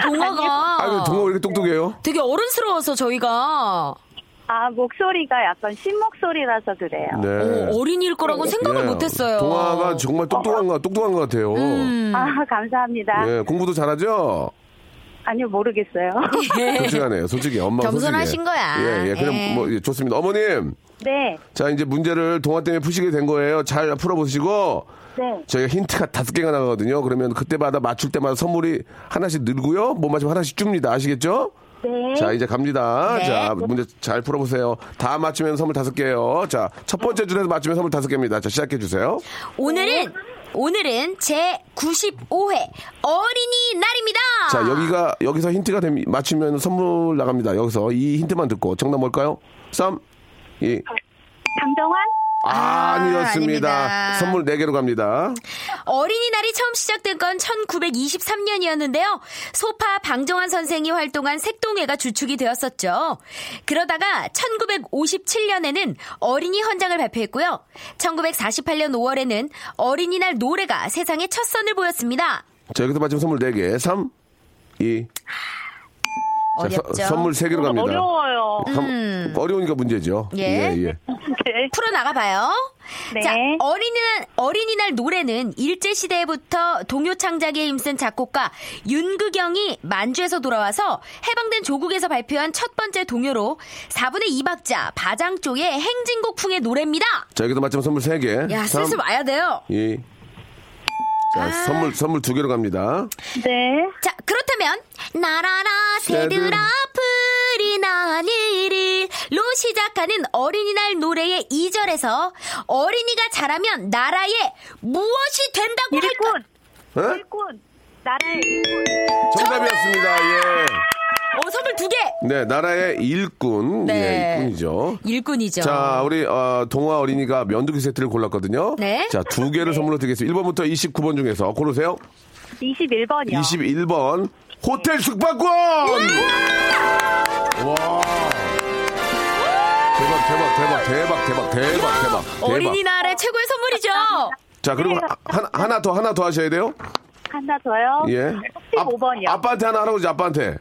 Speaker 4: 동화가
Speaker 2: 아 동화
Speaker 4: 네.
Speaker 2: 왜 이렇게 똑똑해요?
Speaker 4: 되게 어른스러워서 저희가
Speaker 3: 아, 목소리가 약간 신목소리라서 그래요.
Speaker 2: 네.
Speaker 4: 어, 린이일 거라고 생각을
Speaker 2: 예,
Speaker 4: 못했어요. 음.
Speaker 2: 동화가 정말 똑똑한 거 똑똑한 것 같아요. 네.
Speaker 3: 아, 감사합니다.
Speaker 2: 예 공부도 잘하죠.
Speaker 3: 아니요, 모르겠어요.
Speaker 2: 솔직하네요. 솔직히 엄마
Speaker 4: 겸손하신 거야.
Speaker 2: 예, 예. 그냥
Speaker 4: 예.
Speaker 2: 뭐 예, 좋습니다. 어머님,
Speaker 3: 네.
Speaker 2: 자 이제 문제를 동화 때문에 푸시게 된 거예요. 잘 풀어보시고
Speaker 3: 네.
Speaker 2: 저희가 힌트가 다섯 개가 나가거든요. 그러면 그때마다 맞출 때마다 선물이 하나씩 늘고요. 못 맞추면 하나씩 줍니다. 아시겠죠?
Speaker 3: 네.
Speaker 2: 자 이제 갑니다.
Speaker 4: 네.
Speaker 2: 자 문제 잘 풀어보세요. 다 맞추면 선물 다섯 개예요. 자 첫 번째 줄에서 맞추면 선물 다섯 개입니다. 자 시작해 주세요.
Speaker 4: 오늘은 오늘은 제 95회 어린이 날입니다.
Speaker 2: 자 여기가 여기서 힌트가 됨, 맞추면 선물 나갑니다. 여기서 이 힌트만 듣고 정답 뭘까요? 3, 2,
Speaker 3: 강정환?
Speaker 2: 아, 아니었습니다.
Speaker 4: 아닙니다.
Speaker 2: 선물 4개로 갑니다.
Speaker 4: 어린이날이 처음 시작된 건 1923년이었는데요. 소파 방정환 선생이 활동한 색동회가 주축이 되었었죠. 그러다가 1957년에는 어린이 헌장을 발표했고요. 1948년 5월에는 어린이날 노래가 세상에 첫 선을 보였습니다.
Speaker 2: 자, 여기서 맞히면 선물 4개. 3, 2.
Speaker 4: 어렵죠. 음.
Speaker 2: 자, 서- 선물 3개로 갑니다.
Speaker 3: 어려워요.
Speaker 2: 감- 어려우니까 문제죠.
Speaker 4: 예.
Speaker 2: 예,
Speaker 3: 네.
Speaker 4: 풀어나가봐요.
Speaker 3: 네.
Speaker 4: 자, 어린이날, 어린이날 노래는 일제시대부터 동요 창작에 힘쓴 작곡가 윤극영이 만주에서 돌아와서 해방된 조국에서 발표한 첫 번째 동요로 4분의 2박자 바장조의 행진곡풍의 노래입니다.
Speaker 2: 자, 여기서 맞히면 선물 3개.
Speaker 4: 야,
Speaker 2: 삼,
Speaker 4: 슬슬 와야 돼요.
Speaker 2: 이. 자,
Speaker 4: 아.
Speaker 2: 선물, 선물 두 개로 갑니다.
Speaker 3: 네.
Speaker 4: 자, 그렇다면 나라라 새들아 프리나 니릴로 시작하는 어린이날 노래의 2절에서 어린이가 자라면 나라에 무엇이 된다고 할까?
Speaker 3: 일꾼,
Speaker 2: 어?
Speaker 3: 일꾼, 나라의 일꾼.
Speaker 2: 정답이었습니다. 예.
Speaker 4: 어, 선물 두 개.
Speaker 2: 네, 나라의 일꾼.
Speaker 4: 네.
Speaker 2: 예, 일꾼이죠.
Speaker 4: 일꾼이죠.
Speaker 2: 자, 우리 어, 동화 어린이가 면도기 세트를 골랐거든요.
Speaker 4: 네.
Speaker 2: 자, 두 개를 선물로 드리겠습니다. 1번부터 29번 중에서 고르세요.
Speaker 3: 21번이요.
Speaker 2: 21번 호텔 숙박권.
Speaker 4: 예!
Speaker 2: 와. 대박 대박 대박 대박 대박 대박 대박 대박.
Speaker 4: 어린이날의 최고의 선물이죠.
Speaker 2: 자, 그리고
Speaker 3: 네,
Speaker 2: 하, 하나 더 하나 더 하셔야 돼요.
Speaker 3: 하나 더요.
Speaker 2: 예.
Speaker 3: 15번이요.
Speaker 2: 아, 아빠한테 하나 하라고 그러지, 아빠한테.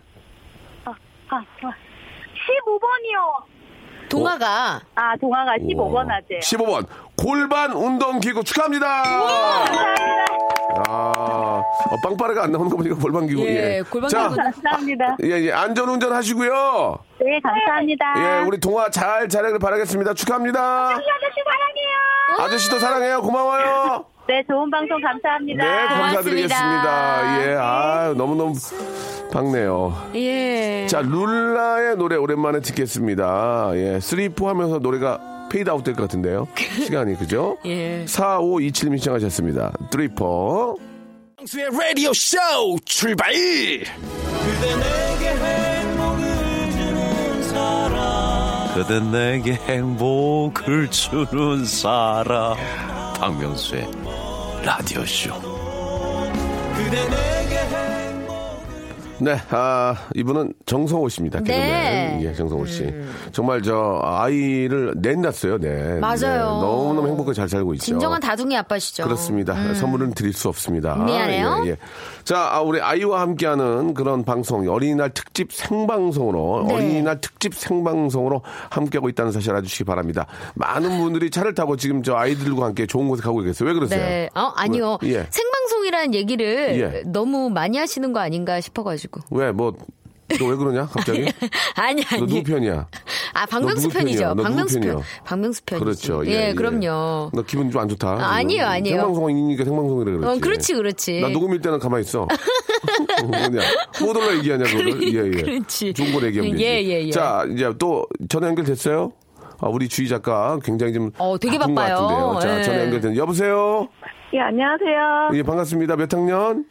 Speaker 3: 아, 15번이요.
Speaker 4: 동화가
Speaker 3: 아, 동아가 15번 하세요.
Speaker 2: 15번 골반 운동 기구 축하합니다.
Speaker 3: 감사합니다.
Speaker 2: 아, 어, 빵빠레가 안 나오는 거 보니까 골반 기구.
Speaker 4: 예,
Speaker 2: 예.
Speaker 4: 골반
Speaker 2: 자,
Speaker 4: 기구.
Speaker 3: 감사합니다.
Speaker 2: 예, 예. 안전 운전 하시고요.
Speaker 3: 네, 감사합니다.
Speaker 2: 예, 우리 동화 잘 자라길 바라겠습니다. 축하합니다.
Speaker 3: 아저씨 사랑해요.
Speaker 2: 아저씨도 사랑해요. 고마워요.
Speaker 3: 네, 좋은 방송 감사합니다.
Speaker 2: 네, 감사드리겠습니다.
Speaker 4: 고맙습니다.
Speaker 2: 예, 아 너무너무 밝네요.
Speaker 4: 예.
Speaker 2: 자, 룰라의 노래 오랜만에 듣겠습니다. 예, 3, 4 하면서 노래가 페이드 아웃 될 것 같은데요. 시간이, 그죠?
Speaker 4: 예.
Speaker 2: 4, 5, 2, 7님 시청하셨습니다. 3, 4.
Speaker 1: 박명수의 라디오 쇼 출발! 그대 내게 행복을 주는 사람. 박명수의 라디오 쇼.
Speaker 2: 네, 아, 이분은 정성호 씨입니다.
Speaker 4: 네. 음.
Speaker 2: 개그맨. 예, 정성호 씨. 정말 저 아이를 낸 낳았어요, 네.
Speaker 4: 맞아요.
Speaker 2: 네, 너무너무 행복하게 잘 살고 있죠.
Speaker 4: 진정한 다둥이 아빠시죠.
Speaker 2: 그렇습니다. 선물은 드릴 수 없습니다.
Speaker 4: 미안해요.
Speaker 2: 예, 예. 자, 아, 우리 아이와 함께하는 그런 방송, 어린이날 특집 생방송으로,
Speaker 4: 네.
Speaker 2: 어린이날 특집 생방송으로 함께하고 있다는 사실 알아주시기 바랍니다. 많은 분들이 차를 타고 지금 저 아이들과 함께 좋은 곳에 가고 계세요. 왜 그러세요?
Speaker 4: 네. 어, 아니요.
Speaker 2: 왜? 예.
Speaker 4: 생방송이라는 얘기를
Speaker 2: 예.
Speaker 4: 너무 많이 하시는 거 아닌가 싶어가지고.
Speaker 2: 왜, 뭐, 너 왜 그러냐, 갑자기?
Speaker 4: 아니, 아니.
Speaker 2: 너 누구 편이야?
Speaker 4: 아, 박명수
Speaker 2: 너 누구 편이야?
Speaker 4: 편이죠.
Speaker 2: 너 누구
Speaker 4: 박명수 편.
Speaker 2: 편이야?
Speaker 4: 박명수 편이죠.
Speaker 2: 그렇죠.
Speaker 4: 예, 그럼요.
Speaker 2: 너 기분 좀 안 좋다.
Speaker 4: 아, 아니에요, 아니에요.
Speaker 2: 생방송이니까 생방송이라 그렇지.
Speaker 4: 어, 그렇지, 그렇지.
Speaker 2: 나 녹음일 때는 가만히 있어. 뭐냐. 뭐들라 얘기하냐, 그걸.
Speaker 4: 그러니-
Speaker 2: 예, 예.
Speaker 4: 그렇지.
Speaker 2: 좋은 걸 얘기하면 되지.
Speaker 4: 예, 예, 예.
Speaker 2: 자, 이제 또 전화 연결됐어요? 아, 우리 주희 작가 굉장히 좀.
Speaker 4: 어, 되게
Speaker 2: 바쁜
Speaker 4: 바빠요.
Speaker 2: 것 같은데요. 자,
Speaker 4: 예.
Speaker 2: 전화 연결된. 여보세요?
Speaker 3: 예, 안녕하세요.
Speaker 2: 예, 반갑습니다. 몇 학년?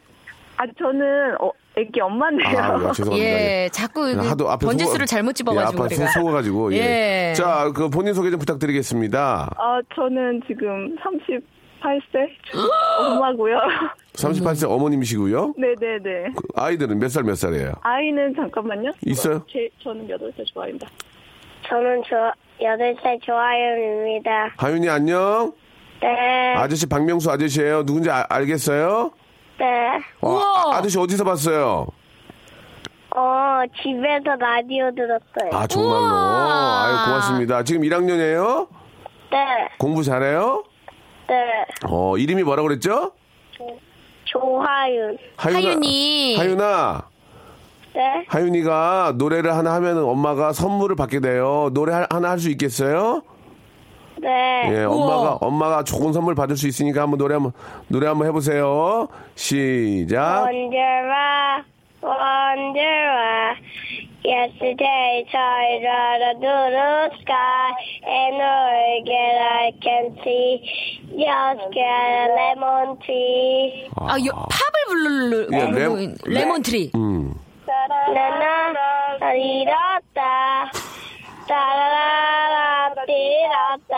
Speaker 3: 아, 저는 어, 애기
Speaker 2: 아,
Speaker 3: 엄마인데요.
Speaker 2: 야, 죄송합니다.
Speaker 4: 예, 자꾸 그
Speaker 2: 하도 앞에
Speaker 4: 번지수를
Speaker 2: 속아-
Speaker 4: 잘못 집어가지고
Speaker 2: 예,
Speaker 4: 우리가.
Speaker 2: 앞에 속아가지고 예.
Speaker 4: 예.
Speaker 2: 자, 그 본인 소개 좀 부탁드리겠습니다.
Speaker 3: 아, 저는 지금 38세 엄마고요.
Speaker 4: 음.
Speaker 2: 38세 어머님이시고요.
Speaker 3: 네네네.
Speaker 2: 그 아이들은 몇 살 몇 살이에요?
Speaker 3: 아이는 잠깐만요.
Speaker 2: 있어요?
Speaker 3: 제, 저는 8살 좋아합니다.
Speaker 5: 저는 저 여덟 살 조아연입니다.
Speaker 2: 하윤이 안녕.
Speaker 5: 네,
Speaker 2: 아저씨 박명수 아저씨예요. 누군지 아- 알겠어요?
Speaker 5: 네.
Speaker 2: 어,
Speaker 4: 우와.
Speaker 2: 아, 아저씨 어디서 봤어요?
Speaker 5: 어, 집에서 라디오 들었어요.
Speaker 2: 아 정말로.
Speaker 4: 우와.
Speaker 2: 아유 고맙습니다. 지금 1학년이에요?
Speaker 5: 네,
Speaker 2: 공부 잘해요?
Speaker 5: 네.
Speaker 2: 어 이름이 뭐라고 그랬죠?
Speaker 5: 조하윤.
Speaker 2: 하윤아,
Speaker 4: 하윤이.
Speaker 2: 하윤아.
Speaker 5: 네,
Speaker 2: 하윤이가 노래를 하나 하면 엄마가 선물을 받게 돼요. 노래 하- 하나 할 수 있겠어요?
Speaker 5: 네.
Speaker 2: 예,
Speaker 4: 어, 우와.
Speaker 2: 엄마가 엄마가 좋은 선물 받을 수 있으니까 한번 노래 한번 노래 한번 해보세요. 시작.
Speaker 5: 언제와 언제와 Yesterday, I got a blue sky, and all again I can see. Just get a lemon tree.
Speaker 4: 아, 여, 팝을 부르는
Speaker 2: 예,
Speaker 4: 레몬,
Speaker 2: 레-
Speaker 4: 트리.
Speaker 5: 나나 잃었다 따라라라 잃었다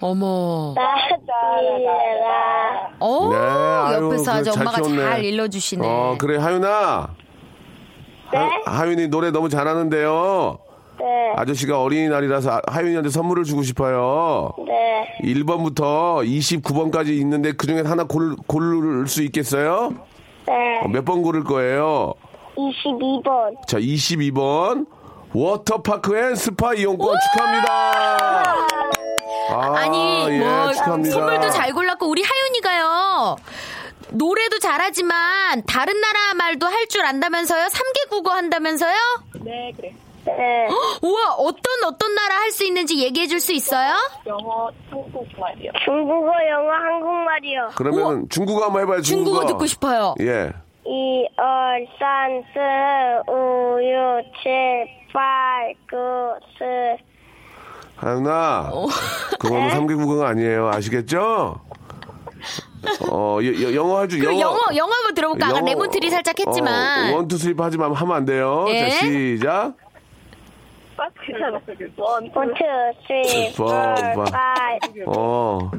Speaker 4: 어머.
Speaker 3: 네.
Speaker 5: 따라라
Speaker 4: 어,
Speaker 2: 네, 아유,
Speaker 4: 옆에서
Speaker 2: 그래,
Speaker 4: 아주
Speaker 2: 잘
Speaker 4: 엄마가
Speaker 2: 키웠네.
Speaker 4: 잘 일러주시네.
Speaker 2: 어, 그래, 하윤아.
Speaker 5: 네?
Speaker 2: 하, 윤이 노래 너무 잘하는데요.
Speaker 5: 네,
Speaker 2: 아저씨가 어린이날이라서 아- 하윤이한테 선물을 주고 싶어요.
Speaker 5: 네,
Speaker 2: 1번부터 29번까지 있는데 그 중에 하나 골, 고를 수 있겠어요?
Speaker 5: 네.
Speaker 2: 몇 번 고를 거예요?
Speaker 5: 22번
Speaker 2: 자, 22번. 워터파크 앤 스파 이용권 축하합니다. 아,
Speaker 4: 아니,
Speaker 2: 예,
Speaker 4: 뭐,
Speaker 2: 축하합니다.
Speaker 4: 선물도 잘 골랐고, 우리 하윤이가요. 노래도 잘하지만, 다른 나라 말도 할 줄 안다면서요? 3개 국어 한다면서요?
Speaker 3: 네, 그래.
Speaker 5: 네.
Speaker 4: 우와, 어떤 어떤 나라 할 수 있는지 얘기해 줄 수 있어요?
Speaker 3: 영어, 한국말이요.
Speaker 5: 중국어, 영어, 한국말이요.
Speaker 2: 그러면 중국어 한번 해봐요. 중국어.
Speaker 4: 중국어 듣고 싶어요.
Speaker 2: 예.
Speaker 5: 一二三四五六七八九十。
Speaker 2: 하나,
Speaker 4: 어.
Speaker 2: 그건 삼개국어가 아니에요. 아시겠죠? 어, 여- 여- 영어 해주
Speaker 4: 그럼
Speaker 2: 영어. 어,
Speaker 4: 영어, 영어 한번 들어볼까? 아까 레몬트리 살짝 했지만.
Speaker 2: 원투 스리 하지 마 하면 안 돼요.
Speaker 4: 예.
Speaker 2: 자 시작.
Speaker 5: One, two, three,
Speaker 2: Four, five.
Speaker 5: four, five,
Speaker 2: 어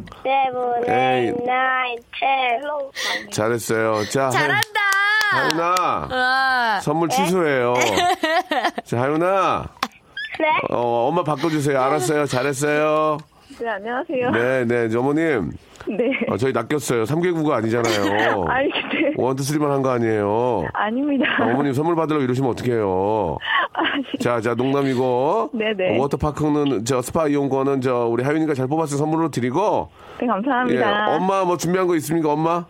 Speaker 2: Eight.
Speaker 5: seven, eight, nine, ten.
Speaker 2: 잘했어요. 자
Speaker 4: 잘한다.
Speaker 2: 하윤- 하윤아
Speaker 4: 아,
Speaker 2: 선물 취소해요. 자 하윤아
Speaker 5: 네,
Speaker 2: 어, 엄마 바꿔주세요. 알았어요. 잘했어요.
Speaker 3: 네, 안녕하세요.
Speaker 2: 네네 어머님
Speaker 3: 네.
Speaker 2: 어, 저희 낚였어요. 삼개국어 아니잖아요.
Speaker 3: 아니, 근데.
Speaker 2: 원투 스리만 한 거 아니에요.
Speaker 3: 아닙니다.
Speaker 2: 어머님 선물 받으려고 이러시면 어떡해요.
Speaker 3: 아니,
Speaker 2: 자, 자, 농담이고.
Speaker 3: 네네.
Speaker 2: 어, 워터파크는, 저, 스파 이용권은, 저, 우리 하윤이가 잘 뽑았을 선물로 드리고.
Speaker 3: 네, 감사합니다.
Speaker 2: 예, 엄마 뭐 준비한 거 있습니까, 엄마?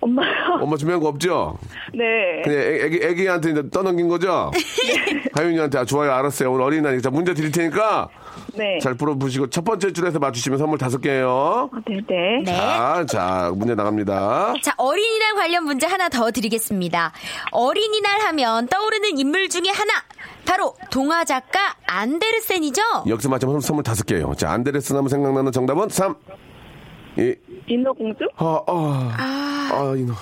Speaker 3: 엄마요?
Speaker 2: 엄마 준비한 거 없죠?
Speaker 3: 네.
Speaker 2: 그냥 애, 애기, 애기한테 이제 떠넘긴 거죠? 하윤이한테, 아, 좋아요, 알았어요. 오늘 어린이날. 자, 문제 드릴 테니까
Speaker 3: 네.
Speaker 2: 잘 풀어보시고, 첫 번째 줄에서 맞추시면 선물 다섯 개예요
Speaker 3: 네네.
Speaker 4: 네.
Speaker 2: 자, 자, 문제 나갑니다.
Speaker 4: 자, 어린이날 관련 문제 하나 더 드리겠습니다. 어린이날 하면 떠오르는 인물 중에 하나. 바로 동화 작가 안데르센이죠?
Speaker 2: 여기서 맞추면 선물 다섯 개예요 자, 안데레스 나무 생각나는 정답은 삼, 이.
Speaker 3: 인어공주?
Speaker 2: 아, 아, 아, 이놈.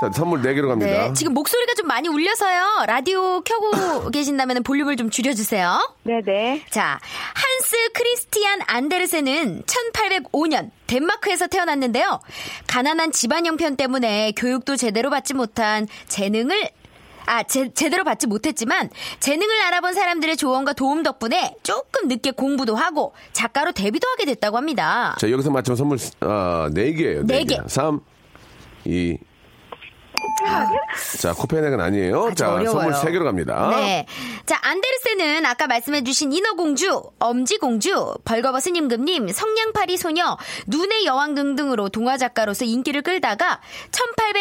Speaker 2: 자, 선물 네개로 갑니다.
Speaker 4: 네, 지금 목소리가 좀 많이 울려서요. 라디오 켜고 계신다면 볼륨을 좀 줄여주세요.
Speaker 3: 네네.
Speaker 4: 자, 한스 크리스티안 안데르센은 1805년 덴마크에서 태어났는데요. 가난한 집안 형편 때문에 교육도 제대로 받지 못한 재능을 아, 제, 제대로 받지 못했지만 재능을 알아본 사람들의 조언과 도움 덕분에 조금 늦게 공부도 하고 작가로 데뷔도 하게 됐다고 합니다.
Speaker 2: 자, 여기서 맞추면 선물, 아, 네개예요
Speaker 4: 네
Speaker 2: 4개.
Speaker 4: 개.
Speaker 2: 3, 2. 자, 코펜하겐 아니에요.
Speaker 4: 아주
Speaker 2: 자,
Speaker 4: 어려워요.
Speaker 2: 선물 세개로 갑니다.
Speaker 4: 네. 자, 안데르센은 아까 말씀해주신 인어공주, 엄지공주, 벌거벗은 임금님, 성냥팔이 소녀, 눈의 여왕 등등으로 동화작가로서 인기를 끌다가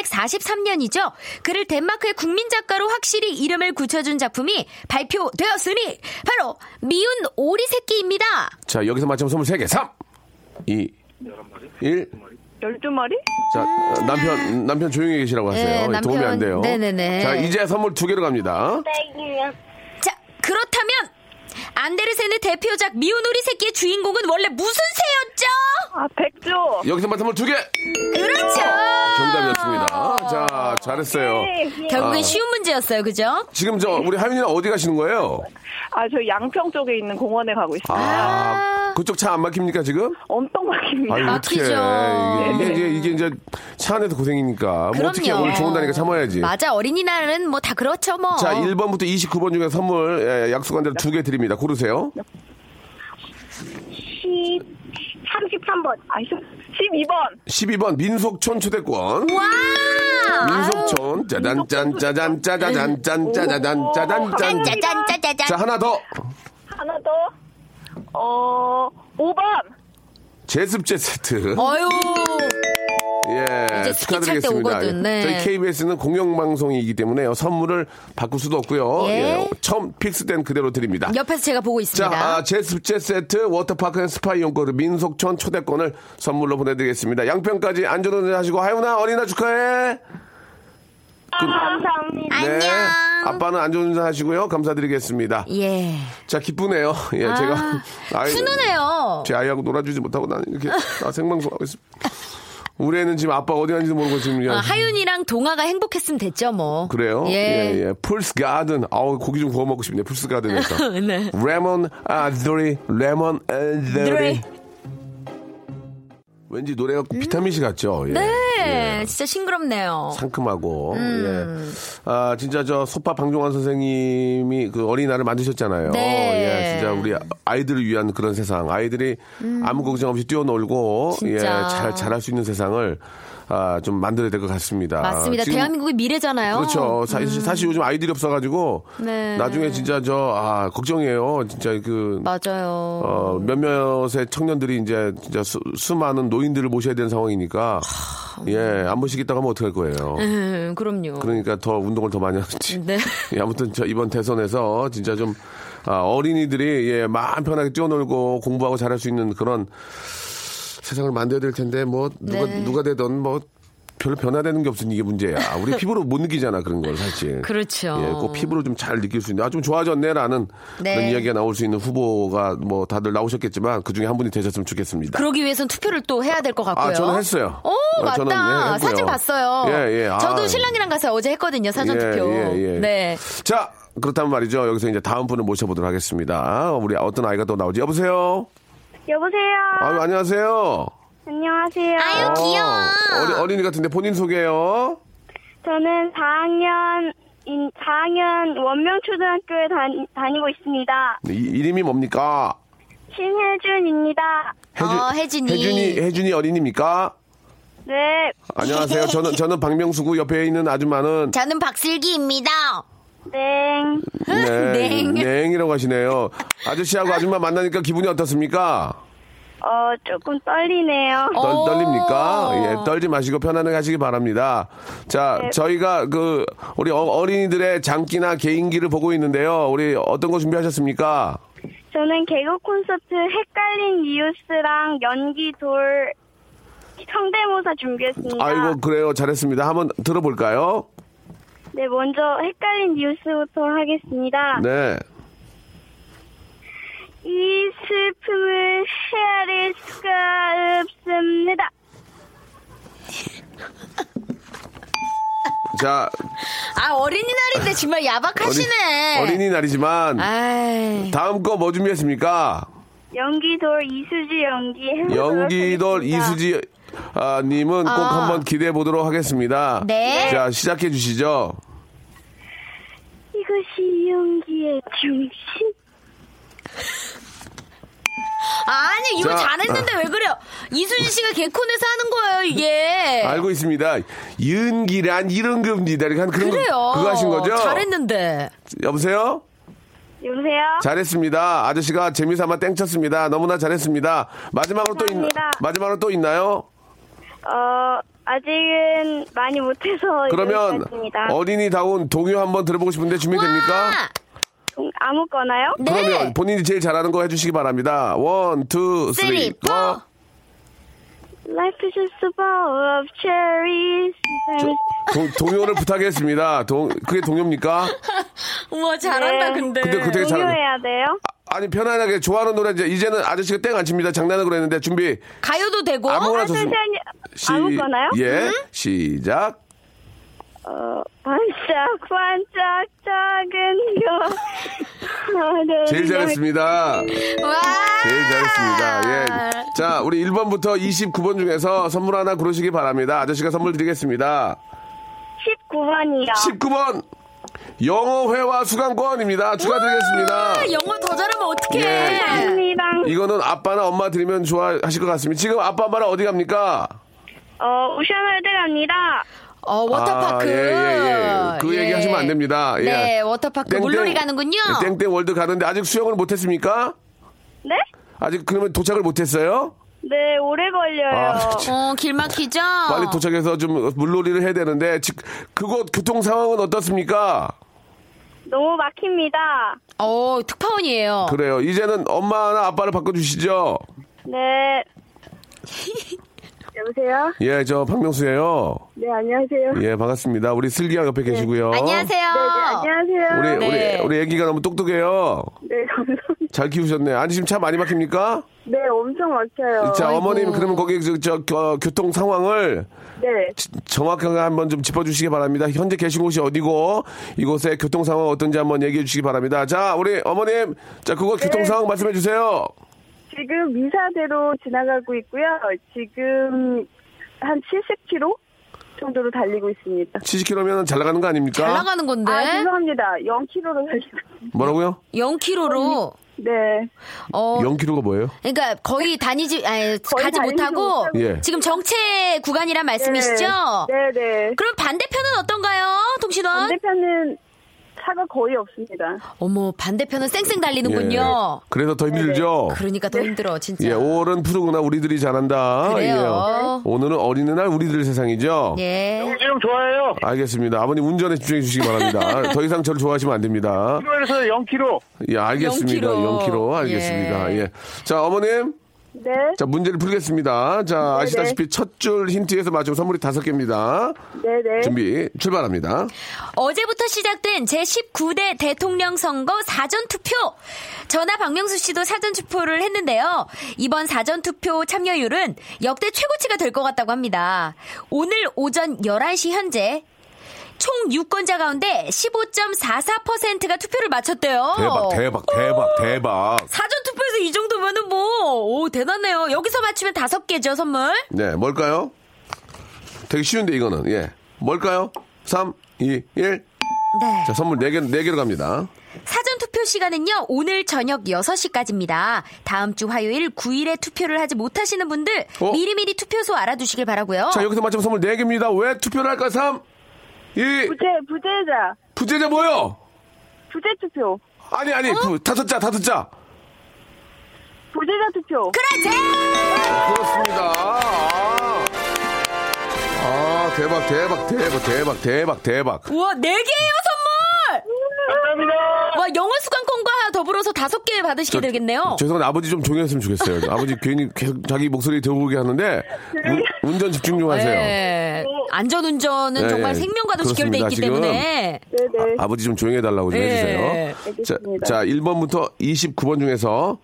Speaker 4: 1843년이죠. 그를 덴마크의 국민작가로 확실히 이름을 굳혀준 작품이 발표되었으니 바로 미운 오리새끼입니다.
Speaker 2: 자, 여기서 맞추면 선물 세개 3, 2, 1.
Speaker 3: 12마리?
Speaker 2: 자, 어, 남편, 남편 조용히 계시라고 하세요. 예,
Speaker 4: 네, 남편.
Speaker 2: 도움이 안 돼요.
Speaker 4: 네네네.
Speaker 2: 자, 이제 선물 두개로 갑니다.
Speaker 5: 땡이요.
Speaker 4: 자, 그렇다면 안데르센의 대표작 미운 오리새끼의 주인공은 원래 무슨 새였죠?
Speaker 3: 아, 백조!
Speaker 2: 여기서 맞추면 선물 두개
Speaker 4: 그렇죠.
Speaker 2: 아. 정답이었습니다. 자, 잘했어요.
Speaker 4: 결국엔
Speaker 2: 아.
Speaker 4: 쉬운 문제였어요. 그죠?
Speaker 2: 지금 저, 우리 하윤이는 어디 가시는 거예요?
Speaker 3: 아, 저 양평 쪽에 있는 공원에 가고 있어요.
Speaker 2: 아, 그쪽 차 안 막힙니까, 지금?
Speaker 3: 엄청 막힙니다.
Speaker 2: 아유,
Speaker 4: 막히죠. 네.
Speaker 2: 어떡해. 이게, 이게, 이게 이제 차 안에서 고생이니까. 뭐 어떻게 오늘 좋은 날이니까 참아야지.
Speaker 4: 맞아. 어린이날은 뭐 다 그렇죠 뭐.
Speaker 2: 자, 1번부터 29번 중에 선물 예, 약속한 대로 두 개 드립니다. 고르세요.
Speaker 5: 10, 33번.
Speaker 3: 아, 12번.
Speaker 2: 12번 민속촌 초대권.
Speaker 4: 와!
Speaker 2: 민속촌 짜잔 짠 짜잔 짜잔 짠 짜잔 짜잔 짠.
Speaker 4: 짜잔짜잔짜잔.
Speaker 2: 자, 하나 더.
Speaker 3: 하나 더. 어, 5번.
Speaker 2: 제습제 세트.
Speaker 4: 어유.
Speaker 2: 예,
Speaker 4: 이제 스키 찰때
Speaker 2: 축하드리겠습니다. 예.
Speaker 4: 오거든, 네.
Speaker 2: 저희 KBS는 공영방송이기 때문에요. 선물을 바꿀 수도 없고요.
Speaker 4: 예.
Speaker 2: 예, 처음 픽스된 그대로 드립니다.
Speaker 4: 옆에서 제가 보고
Speaker 2: 자,
Speaker 4: 있습니다.
Speaker 2: 아, 제습제 세트, 워터파크 앤 스파 이용권, 그리고 민속촌 초대권을 선물로 보내드리겠습니다. 양평까지 안전운전 하시고, 하윤아, 어린아 축하해! 네.
Speaker 5: 감사합니다.
Speaker 4: 안녕.
Speaker 2: 아빠는 안전운전 하시고요. 감사드리겠습니다.
Speaker 4: 예.
Speaker 2: 자, 기쁘네요. 예, 제가. 아이,
Speaker 4: 훈훈해요.
Speaker 2: 제 아이하고 놀아주지 못하고 나는 이렇게 나 생방송하고 있습니다. 우리 애는 지금 아빠가 어디 갔는지 모르고 지금 그냥.
Speaker 4: 아, 하윤이랑 동아가 행복했으면 됐죠 뭐.
Speaker 2: 그래요?
Speaker 4: 예.
Speaker 2: 예, 예. 풀스 가든. 아우, 고기 좀 구워 먹고 싶네. 풀스 가든에서.
Speaker 4: 네.
Speaker 2: 레몬 아드리 레몬 아드리
Speaker 4: 드레.
Speaker 2: 왠지 노래가 비타민C 같죠? 예.
Speaker 4: 네. 진짜 싱그럽네요.
Speaker 2: 상큼하고
Speaker 4: 음.
Speaker 2: 예. 아 진짜 저 소파 방종환 선생님이 그 어린이날을 만드셨잖아요.
Speaker 4: 네.
Speaker 2: 예, 진짜 우리 아이들을 위한 그런 세상, 아이들이 아무 걱정 없이 뛰어놀고
Speaker 4: 음. 진짜.
Speaker 2: 예, 잘 잘할 수 있는 세상을 아, 좀 만들어야 될 것 같습니다.
Speaker 4: 맞습니다.
Speaker 2: 지금-
Speaker 4: 대한민국의 미래잖아요. 음.
Speaker 2: 그렇죠. 사, 실 요즘 아이들이 없어가지고
Speaker 4: 네.
Speaker 2: 나중에 진짜 저 아, 걱정이에요. 진짜 그
Speaker 4: 맞아요.
Speaker 2: 어, 몇몇의 청년들이 이제 진짜 수, 수많은 노인들을 모셔야 되는 상황이니까 예, 안 모시겠다고 하면 어떡할 거예요.
Speaker 4: 음, 그럼요.
Speaker 2: 그러니까 더 운동을 더 많이 하지.
Speaker 4: 네.
Speaker 2: 예, 아무튼 저 이번 대선에서 진짜 좀 아, 어린이들이 예, 마음 편하게 뛰어놀고 공부하고 잘할 수 있는 그런 세상을 만들어야 될 텐데 뭐 누가
Speaker 4: 네.
Speaker 2: 누가 되든 뭐 별로 변화되는 게 없으니 이게 문제야. 우리 피부로 못 느끼잖아 그런 걸 사실.
Speaker 4: 그렇죠.
Speaker 2: 예, 꼭 피부로 좀 잘 느낄 수 있는 아 좀 좋아졌네라는
Speaker 4: 네.
Speaker 2: 그런 이야기가 나올 수 있는 후보가 뭐 다들 나오셨겠지만 그 중에 한 분이 되셨으면 좋겠습니다.
Speaker 4: 그러기 위해선 투표를 또 해야 될 것 같고요.
Speaker 2: 아, 저는 했어요.
Speaker 4: 오,
Speaker 2: 어,
Speaker 4: 맞다.
Speaker 2: 저는, 예, 했고요.
Speaker 4: 사진 봤어요.
Speaker 2: 예, 예. 아.
Speaker 4: 저도 신랑이랑 가서 어제 했거든요. 사전 투표.
Speaker 2: 예, 예.
Speaker 4: 네.
Speaker 2: 자, 그렇다면 말이죠. 여기서 이제 다음 분을 모셔보도록 하겠습니다. 우리 어떤 아이가 또 나오지? 여보세요?
Speaker 3: 여보세요.
Speaker 2: 아유, 안녕하세요.
Speaker 3: 안녕하세요.
Speaker 4: 아유, 귀여워.
Speaker 2: 어리, 어린이 같은데 본인 소개요.
Speaker 3: 저는 4학년 4학년 원명초등학교에 다니, 다니고 있습니다.
Speaker 2: 이, 이름이 뭡니까?
Speaker 3: 신혜준입니다.
Speaker 4: 어, 혜진이.
Speaker 2: 혜준이, 혜준이 어린입니까?
Speaker 3: 네,
Speaker 2: 안녕하세요. 저는, 저는 박명수고 옆에 있는 아줌마는
Speaker 4: 저는 박슬기입니다.
Speaker 3: 땡.
Speaker 2: 냉
Speaker 4: 냉.
Speaker 2: 냉이라고 하시네요. 아저씨하고 아줌마 만나니까 기분이 어떻습니까?
Speaker 3: 어, 조금 떨리네요.
Speaker 2: 떨,
Speaker 4: 오.
Speaker 2: 떨립니까? 예, 떨지 마시고 편안하게 하시기 바랍니다. 자,
Speaker 4: 네.
Speaker 2: 저희가 그 우리 어, 린이들의 장기나 개인기를 보고 있는데요. 우리 어떤 거 준비하셨습니까?
Speaker 3: 저는 개그 콘서트 헷갈린 이웃이랑 연기 돌 성대모사 준비했습니다.
Speaker 2: 아이고 그래요, 잘했습니다. 한번 들어볼까요?
Speaker 3: 네, 먼저 헷갈린 이웃부터
Speaker 4: 아.
Speaker 3: 하겠습니다.
Speaker 2: 네.
Speaker 3: 이 슬픔을 헤아릴 수가 없습니다.
Speaker 2: 자,
Speaker 4: 아, 어린이날인데 정말 야박하시네.
Speaker 2: 어린이 날이지만
Speaker 4: 아이.
Speaker 2: 다음 거 뭐 준비했습니까?
Speaker 3: 연기돌 이수지 연기 해보도록
Speaker 2: 연기돌
Speaker 3: 하겠습니다.
Speaker 2: 이수지 아, 님은 꼭
Speaker 4: 아.
Speaker 2: 한번 기대해 보도록 하겠습니다.
Speaker 4: 네.
Speaker 2: 자, 시작해 주시죠.
Speaker 3: 이것이 연기의 중심.
Speaker 4: 아니, 이거
Speaker 2: 자,
Speaker 4: 잘했는데 왜 그래요? 이수진 씨가 개콘에서 하는 거예요, 이게.
Speaker 2: 알고 있습니다. 윤기란 이런 겁니다. 이렇게 한 그런 거-
Speaker 4: 그래요.
Speaker 2: 그거 하신 거죠?
Speaker 4: 잘했는데.
Speaker 2: 여보세요?
Speaker 3: 여보세요?
Speaker 2: 잘했습니다. 아저씨가 재미삼아 땡쳤습니다. 너무나 잘했습니다. 마지막으로 또 있나,
Speaker 3: 감사합니다.
Speaker 2: 마지막으로 또 있나요?
Speaker 3: 어, 아직은 많이 못해서
Speaker 2: 그러면
Speaker 3: 여기까지입니다.
Speaker 2: 어린이다운 동요 한번 들어보고 싶은데 준비됩니까?
Speaker 4: 와!
Speaker 3: 동- 음, 아무거나요?
Speaker 4: 네.
Speaker 2: 그러면 본인이 제일 잘하는 거 해주시기 바랍니다. 원, 투, 쓰리,
Speaker 4: 쓰리, 포.
Speaker 2: 포.
Speaker 3: Life is just a bowl of cherries. Sometimes
Speaker 2: 동- 동요를 부탁했습니다. 동, 그게 동요입니까?
Speaker 4: 우와, 잘한다,
Speaker 3: 네.
Speaker 4: 근데.
Speaker 2: 근데 그 되게 잘
Speaker 3: 공유해야 돼요?
Speaker 2: 아니, 편안하게 좋아하는 노래 이제 이제는 아저씨가 땡 안 칩니다. 장난으로 했는데 준비.
Speaker 4: 가요도 되고.
Speaker 2: 아무거나
Speaker 4: 아,
Speaker 2: 좋습니다.
Speaker 3: 천천히 아무거나요?
Speaker 2: 예. 시작.
Speaker 3: 어, 반짝반짝 작은 별. 하늘
Speaker 2: 제일 잘했습니다.
Speaker 4: 와!
Speaker 2: 제일 잘했습니다. 예. 자, 우리 1번부터 29번 중에서 선물 하나 고르시기 바랍니다. 아저씨가 선물 드리겠습니다.
Speaker 3: 19번이요.
Speaker 2: 19번 영어회화 수강권입니다.
Speaker 4: 아,
Speaker 2: 축하드리겠습니다.
Speaker 4: 영어 더 잘하면 어떡해.
Speaker 2: 예.
Speaker 3: 언니랑
Speaker 2: 이거는 아빠나 엄마 드리면 좋아하실 것 같습니다. 지금 아빠 엄마랑 어디 갑니까?
Speaker 3: 어, 우션월드 갑니다.
Speaker 4: 어, 워터파크.
Speaker 2: 아, 예, 예, 예. 그
Speaker 4: 예.
Speaker 2: 얘기 하시면 안 됩니다. 예.
Speaker 4: 네, 워터파크. 물놀이 가는군요.
Speaker 2: 예, 땡땡 월드 가는데 아직 수영을 못했습니까?
Speaker 3: 네?
Speaker 2: 아직 그러면 도착을 못했어요?
Speaker 3: 네, 오래 걸려요.
Speaker 2: 아, 참.
Speaker 4: 어, 길 막히죠?
Speaker 2: 빨리 도착해서 좀 물놀이를 해야 되는데 지- 그곳 교통 상황은 어떻습니까?
Speaker 3: 너무 막힙니다.
Speaker 4: 어, 특파원이에요.
Speaker 2: 그래요. 이제는 엄마나 아빠를 바꿔주시죠.
Speaker 3: 네. 여보세요?
Speaker 2: 예, 저 박명수예요.
Speaker 3: 네, 안녕하세요.
Speaker 2: 예, 반갑습니다. 우리 슬기야 옆에 계시고요.
Speaker 4: 네, 안녕하세요.
Speaker 3: 네, 어. 안녕하세요.
Speaker 2: 우리
Speaker 4: 네.
Speaker 2: 우리 우리 애기가 너무 똑똑해요.
Speaker 3: 네, 감사합니다.
Speaker 2: 잘 키우셨네. 아니 지금 차 많이 막힙니까?
Speaker 3: 네, 엄청 막혀요.
Speaker 2: 자,
Speaker 4: 아이고.
Speaker 2: 어머님 그러면 거기 저, 저, 어, 교통 상황을
Speaker 3: 네.
Speaker 2: 지- 정확하게 한번 좀 짚어주시기 바랍니다. 현재 계신 곳이 어디고 이곳의 교통 상황 어떤지 한번 얘기해 주시기 바랍니다. 자, 우리 어머님, 자 그곳
Speaker 4: 네.
Speaker 2: 교통 상황 말씀해 주세요.
Speaker 3: 지금 미사대로 지나가고 있고요. 지금 한 70km 정도로 달리고 있습니다. 네,
Speaker 2: 70km면 잘 나가는 거 아닙니까?
Speaker 4: 잘 나가는 건데.
Speaker 3: 아, 죄송합니다. 0km로 달리고 있습니다.
Speaker 2: 뭐라고요?
Speaker 4: 0km로.
Speaker 3: 네.
Speaker 4: 어,
Speaker 2: 0km가 뭐예요?
Speaker 4: 그러니까 거의 다니지 아니, 가지
Speaker 3: 다니지
Speaker 4: 못하고
Speaker 3: 못하고.
Speaker 2: 예.
Speaker 4: 지금 정체 구간이란 말씀이시죠?
Speaker 3: 네, 네.
Speaker 4: 그럼 반대편은 어떤가요, 동신원?
Speaker 3: 반대편은 차가 거의 없습니다.
Speaker 4: 어머 반대편은 쌩쌩 달리는군요.
Speaker 2: 예. 그래서 더 힘들죠?
Speaker 4: 그러니까 더 힘들어 진짜.
Speaker 2: 예, 5월은 푸르구나 우리들이 잘한다.
Speaker 4: 그래요.
Speaker 2: 예. 오늘은 어린이날 우리들 세상이죠.
Speaker 4: 예.
Speaker 1: 지금 좋아해요.
Speaker 2: 알겠습니다. 아버님 운전에 집중해 주시기 바랍니다. 더 이상 저를 좋아하시면 안 됩니다.
Speaker 1: 키로에서 0km.
Speaker 2: 예, 알겠습니다.
Speaker 4: 0km.
Speaker 2: 0km 알겠습니다.
Speaker 4: 예.
Speaker 2: 예. 자, 어머님.
Speaker 3: 네.
Speaker 2: 자, 문제를 풀겠습니다. 자, 아시다시피 첫 줄 힌트에서 맞추면 선물이 다섯 개입니다.
Speaker 3: 네, 네.
Speaker 2: 준비 출발합니다.
Speaker 4: 어제부터 시작된 제19대 대통령 선거 사전 투표. 전화 박명수 씨도 사전 투표를 했는데요. 이번 사전 투표 참여율은 역대 최고치가 될 것 같다고 합니다. 오늘 오전 11시 현재 총 유권자 가운데 15.44%가 투표를 마쳤대요.
Speaker 2: 대박, 대박, 대박, 대박.
Speaker 4: 사전 투표에서 이 정도면은 뭐, 오, 대단해요. 여기서 맞추면 다섯 개죠, 선물.
Speaker 2: 네, 뭘까요? 되게 쉬운데 이거는. 예. 뭘까요? 3, 2, 1.
Speaker 4: 네.
Speaker 2: 자, 선물 네개네개로 갑니다.
Speaker 4: 사전 투표 시간은요, 오늘 저녁 6시까지입니다. 다음 주 화요일 9일에 투표를 하지 못하시는 분들,
Speaker 2: 어?
Speaker 4: 미리미리 투표소 알아두시길 바라고요
Speaker 2: 자, 여기서 맞추면 선물 네개입니다왜 투표를 할까요? 3, 2,
Speaker 3: 부재, 부재자.
Speaker 2: 부재자 뭐요?
Speaker 3: 부재 투표.
Speaker 2: 아니, 아니, 부- 다섯 자, 다섯 자.
Speaker 3: 부재자 투표.
Speaker 4: 그라제!
Speaker 2: 그렇습니다. 아, 아, 대박, 대박, 대박, 대박, 대박, 대박.
Speaker 4: 우와, 4개예요 선물!
Speaker 1: 감사합니다.
Speaker 4: 와, 영어 수강권과 더불어서 다섯 개 받으시게 되겠네요.
Speaker 2: 죄송한데 아버지 좀 조용히 했으면 좋겠어요. 아버지 괜히 계속 자기 목소리 들어오게 하는데 운, 전 집중 좀 하세요.
Speaker 4: 예. 안전운전은
Speaker 2: 예,
Speaker 4: 정말
Speaker 2: 예.
Speaker 4: 생명과도
Speaker 2: 그렇습니다,
Speaker 4: 직결돼 있기
Speaker 2: 지금.
Speaker 4: 때문에.
Speaker 3: 네, 네.
Speaker 2: 아, 버지좀 조용히 해달라고 좀
Speaker 4: 예.
Speaker 2: 해주세요. 자,
Speaker 3: 알겠습니다.
Speaker 2: 자, 1번부터 29번 중에서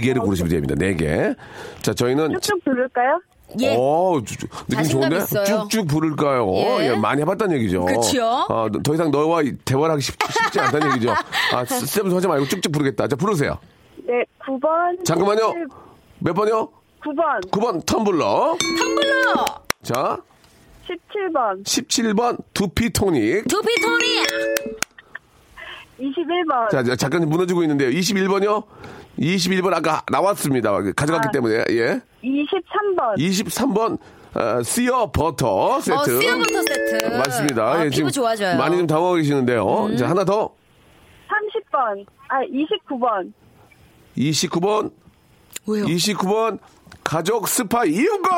Speaker 2: 4개를 고르시면 됩니다. 4개. 자, 저희는.
Speaker 3: 쭉쭉 부를까요?
Speaker 4: 예.
Speaker 2: 어, 쭉- 쭉- 느낌
Speaker 4: 자신감
Speaker 2: 좋은데?
Speaker 4: 있어요.
Speaker 2: 쭉쭉 부를까요?
Speaker 4: 예.
Speaker 2: 예, 많이 해봤단 얘기죠.
Speaker 4: 그치요?
Speaker 2: 아, 더 이상 너와 이- 대화를 하기 쉽, 쉽지 않다는 얘기죠. 아, 쌤 하지 말고 쭉쭉 부르겠다. 자, 부르세요.
Speaker 3: 네, 9번.
Speaker 2: 잠깐만요. 몇 번이요?
Speaker 3: 9번,
Speaker 2: 9번 텀블러.
Speaker 4: 텀블러!
Speaker 2: 자,
Speaker 3: 17번,
Speaker 2: 17번 두피토닉.
Speaker 4: 두피토리!
Speaker 3: 21번.
Speaker 2: 자, 자, 잠깐 무너지고 있는데요. 21번요? 21번 아까 나왔습니다. 가져갔기
Speaker 4: 아.
Speaker 2: 때문에. 예.
Speaker 3: 23번.
Speaker 2: 23번 어, 씨어 버터 세트.
Speaker 4: 어, 수염버터 세트.
Speaker 2: 맞습니다.
Speaker 4: 아,
Speaker 2: 예,
Speaker 4: 피부 좋아져요. 음.
Speaker 2: 많이 좀 당황하고 계시는데요. 자, 하나 더.
Speaker 3: 30번. 아, 29번.
Speaker 2: 29번.
Speaker 4: 왜요?
Speaker 2: 29번 가족 스파 이용권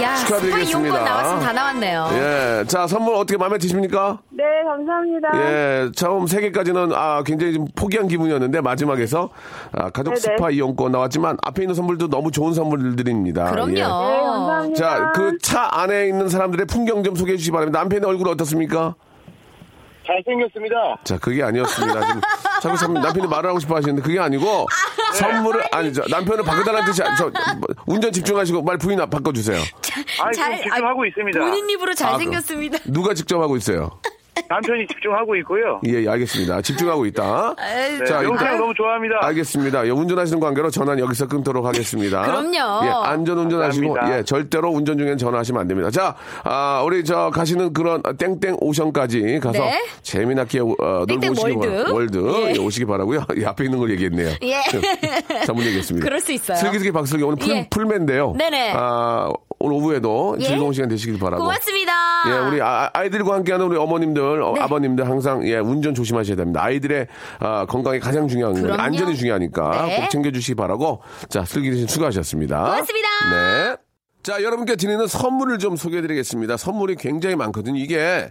Speaker 4: 야, 스파
Speaker 2: 축하드리겠습니다.
Speaker 4: 이용권 나왔으면 다 나왔네요.
Speaker 2: 예. 자, 선물 어떻게 마음에 드십니까?
Speaker 3: 네, 감사합니다.
Speaker 4: 아.
Speaker 2: 예, 처음 세 개까지는 아 굉장히 좀 포기한 기분이었는데 마지막에서 아, 가족
Speaker 3: 네네.
Speaker 2: 스파 이용권 나왔지만 앞에 있는 선물도 너무 좋은 선물들입니다.
Speaker 4: 그럼요.
Speaker 2: 예.
Speaker 3: 네, 감사합니다.
Speaker 2: 자, 그 차 안에 있는 사람들의 풍경 좀 소개해 주시기 바랍니다. 남편의 얼굴 어떻습니까?
Speaker 1: 잘생겼습니다.
Speaker 2: 자, 그게 아니었습니다. 지금 자꾸 참 남편이 말을 하고 싶어 하시는데 그게 아니고 선물을 아니 저 남편을 바꾸달라는 뜻이 아니 저 운전 집중하시고 말 부인 앞 바꿔 주세요.
Speaker 1: 아니, 지금 집중하고 있습니다.
Speaker 4: 본인 입으로
Speaker 2: 아,
Speaker 4: 잘생겼습니다.
Speaker 2: 누가 직접 하고 있어요?
Speaker 1: 남편이 집중하고 있고요.
Speaker 2: 예, 예, 알겠습니다. 집중하고 있다.
Speaker 1: 네,
Speaker 2: 자,
Speaker 1: 영상
Speaker 2: 일단-
Speaker 1: 너무 좋아합니다.
Speaker 2: 알겠습니다. 예, 운전하시는 관계로 전화 여기서 끊도록 하겠습니다.
Speaker 4: 그럼요.
Speaker 2: 예, 안전 운전하시고
Speaker 1: 감사합니다.
Speaker 2: 예, 절대로 운전 중에는 전화하시면 안 됩니다. 자, 아, 우리 저 가시는 그런 아, 땡땡 오션까지 가서
Speaker 4: 네.
Speaker 2: 재미나게 어, 놀고
Speaker 4: 땡땡
Speaker 2: 오시기
Speaker 4: 월드.
Speaker 2: 바라- 월드
Speaker 4: 예.
Speaker 2: 예, 오시기 바라고요. 예, 앞에 있는 걸 얘기했네요.
Speaker 4: 예.
Speaker 2: 잘못 얘기했습니다.
Speaker 4: 그럴 수 있어요.
Speaker 2: 슬기슬기 박슬기 오늘 풀,
Speaker 4: 예.
Speaker 2: 풀맨데요.
Speaker 4: 네네.
Speaker 2: 아, 오늘 오후에도
Speaker 4: 예.
Speaker 2: 즐거운 시간 되시길 바라고.
Speaker 4: 고맙습니다.
Speaker 2: 예, 우리 아, 이들과 함께하는 우리 어머님들, 어,
Speaker 4: 네.
Speaker 2: 아버님들 항상 예, 운전 조심하셔야 됩니다. 아이들의 아, 건강이 가장 중요한 거
Speaker 4: 그럼요.
Speaker 2: 안전이 중요하니까
Speaker 4: 네.
Speaker 2: 꼭 챙겨주시기 바라고 자 슬기신 수고하셨습니다.
Speaker 4: 고맙습니다.
Speaker 2: 네. 자 여러분께 드리는 선물을 좀 소개해드리겠습니다. 선물이 굉장히 많거든요. 이게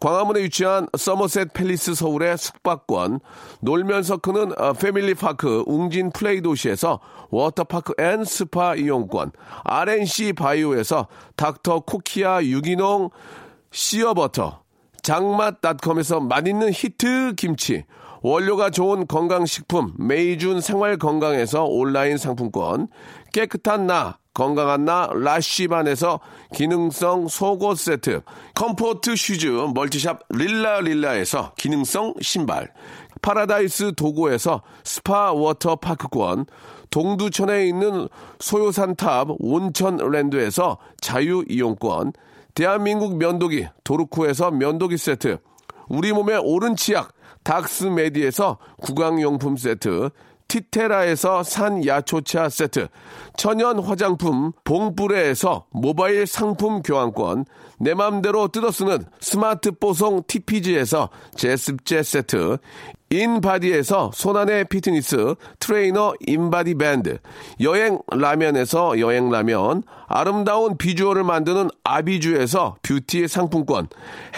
Speaker 2: 광화문에 위치한 서머셋 팰리스 서울의 숙박권, 놀면서 크는 어, 패밀리파크 웅진 플레이 도시에서 워터파크 앤 스파 이용권, RNC 바이오에서 닥터 코키아 유기농 씨어버터, 장맛닷컴에서 맛있는 히트 김치, 원료가 좋은 건강식품 메이준 생활건강에서 온라인 상품권 깨끗한 나 건강한 나 라쉬반에서 기능성 속옷 세트 컴포트 슈즈 멀티샵 릴라릴라에서 기능성 신발 파라다이스 도고에서 스파 워터 파크권 동두천에 있는 소요산탑 온천랜드에서 자유이용권 대한민국 면도기 도르코에서 면도기 세트 우리 몸의 오른 치약 닥스메디에서 구강용품 세트 티테라에서 산야초차 세트 천연 화장품 봉뿌레에서 모바일 상품 교환권 내 맘대로 뜯어쓰는 스마트 뽀송 TPG에서 제습제 세트 인바디에서 손안의 피트니스 트레이너 인바디 밴드 여행 라면에서 여행 라면 아름다운 비주얼을 만드는 아비주에서 뷰티 상품권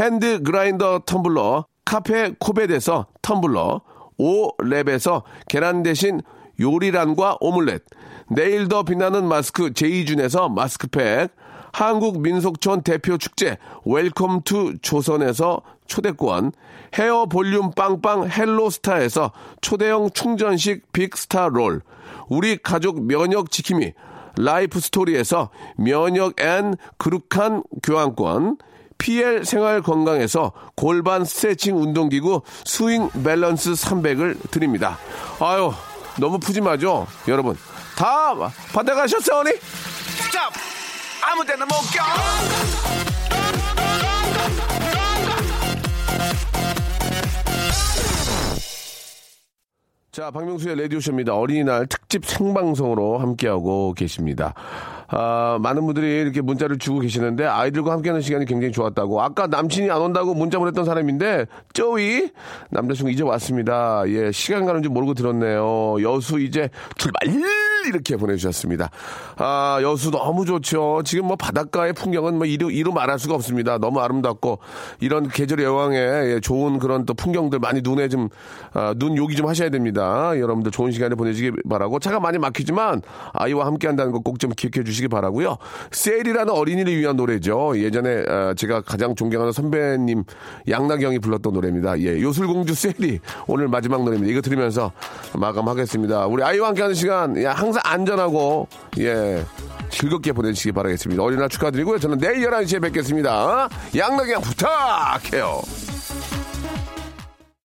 Speaker 2: 핸드 그라인더 텀블러 카페 코벳에서 텀블러 오랩에서 계란 대신 요리란과 오믈렛 내일 더 빛나는 마스크 제이준에서 마스크팩 한국 민속촌 대표 축제 웰컴 투 조선에서 초대권 헤어 볼륨 빵빵 헬로스타에서 초대형 충전식 빅스타 롤 우리 가족 면역 지킴이 라이프 스토리에서 면역 앤 그룹칸 교환권 PL 생활 건강에서 골반 스트레칭 운동기구 스윙 밸런스 300을 드립니다. 아유, 너무 푸짐하죠? 여러분, 다 받아가셨어요, 언니?
Speaker 1: 스탑! 아무 데나 못 가!
Speaker 2: 자, 박명수의 라디오쇼입니다. 어린이날 특집 생방송으로 함께하고 계십니다. 아, 많은 분들이 이렇게 문자를 주고 계시는데 아이들과 함께하는 시간이 굉장히 좋았다고. 아까 남친이 안 온다고 문자 보냈던 사람인데 쪼이 남자친구 이제 왔습니다. 예, 시간 가는 줄 모르고 들었네요. 여수 이제 출발 이렇게 보내주셨습니다. 아, 여수 너무 좋죠. 지금 뭐 바닷가의 풍경은 뭐 이루 이루 말할 수가 없습니다. 너무 아름답고 이런 계절 여왕에 예, 좋은 그런 또 풍경들 많이 눈에 좀 아, 눈 요기 좀 하셔야 됩니다. 여러분들 좋은 시간을 보내시기 바라고 차가 많이 막히지만 아이와 함께 한다는 거 꼭 좀 기억해 주시기 바라고요. 셀이라는 어린이를 위한 노래죠. 예전에 아, 제가 가장 존경하는 선배님 양나경이 불렀던 노래입니다. 예, 요술공주 셀이 오늘 마지막 노래입니다. 이거 들으면서 마감하겠습니다. 우리 아이와 함께하는 시간 예, 항상 안전하고 예 즐겁게 보내시기 바라겠습니다. 어린이날 축하드리고요. 저는 내일 11시에 뵙겠습니다. 양나경 부탁해요.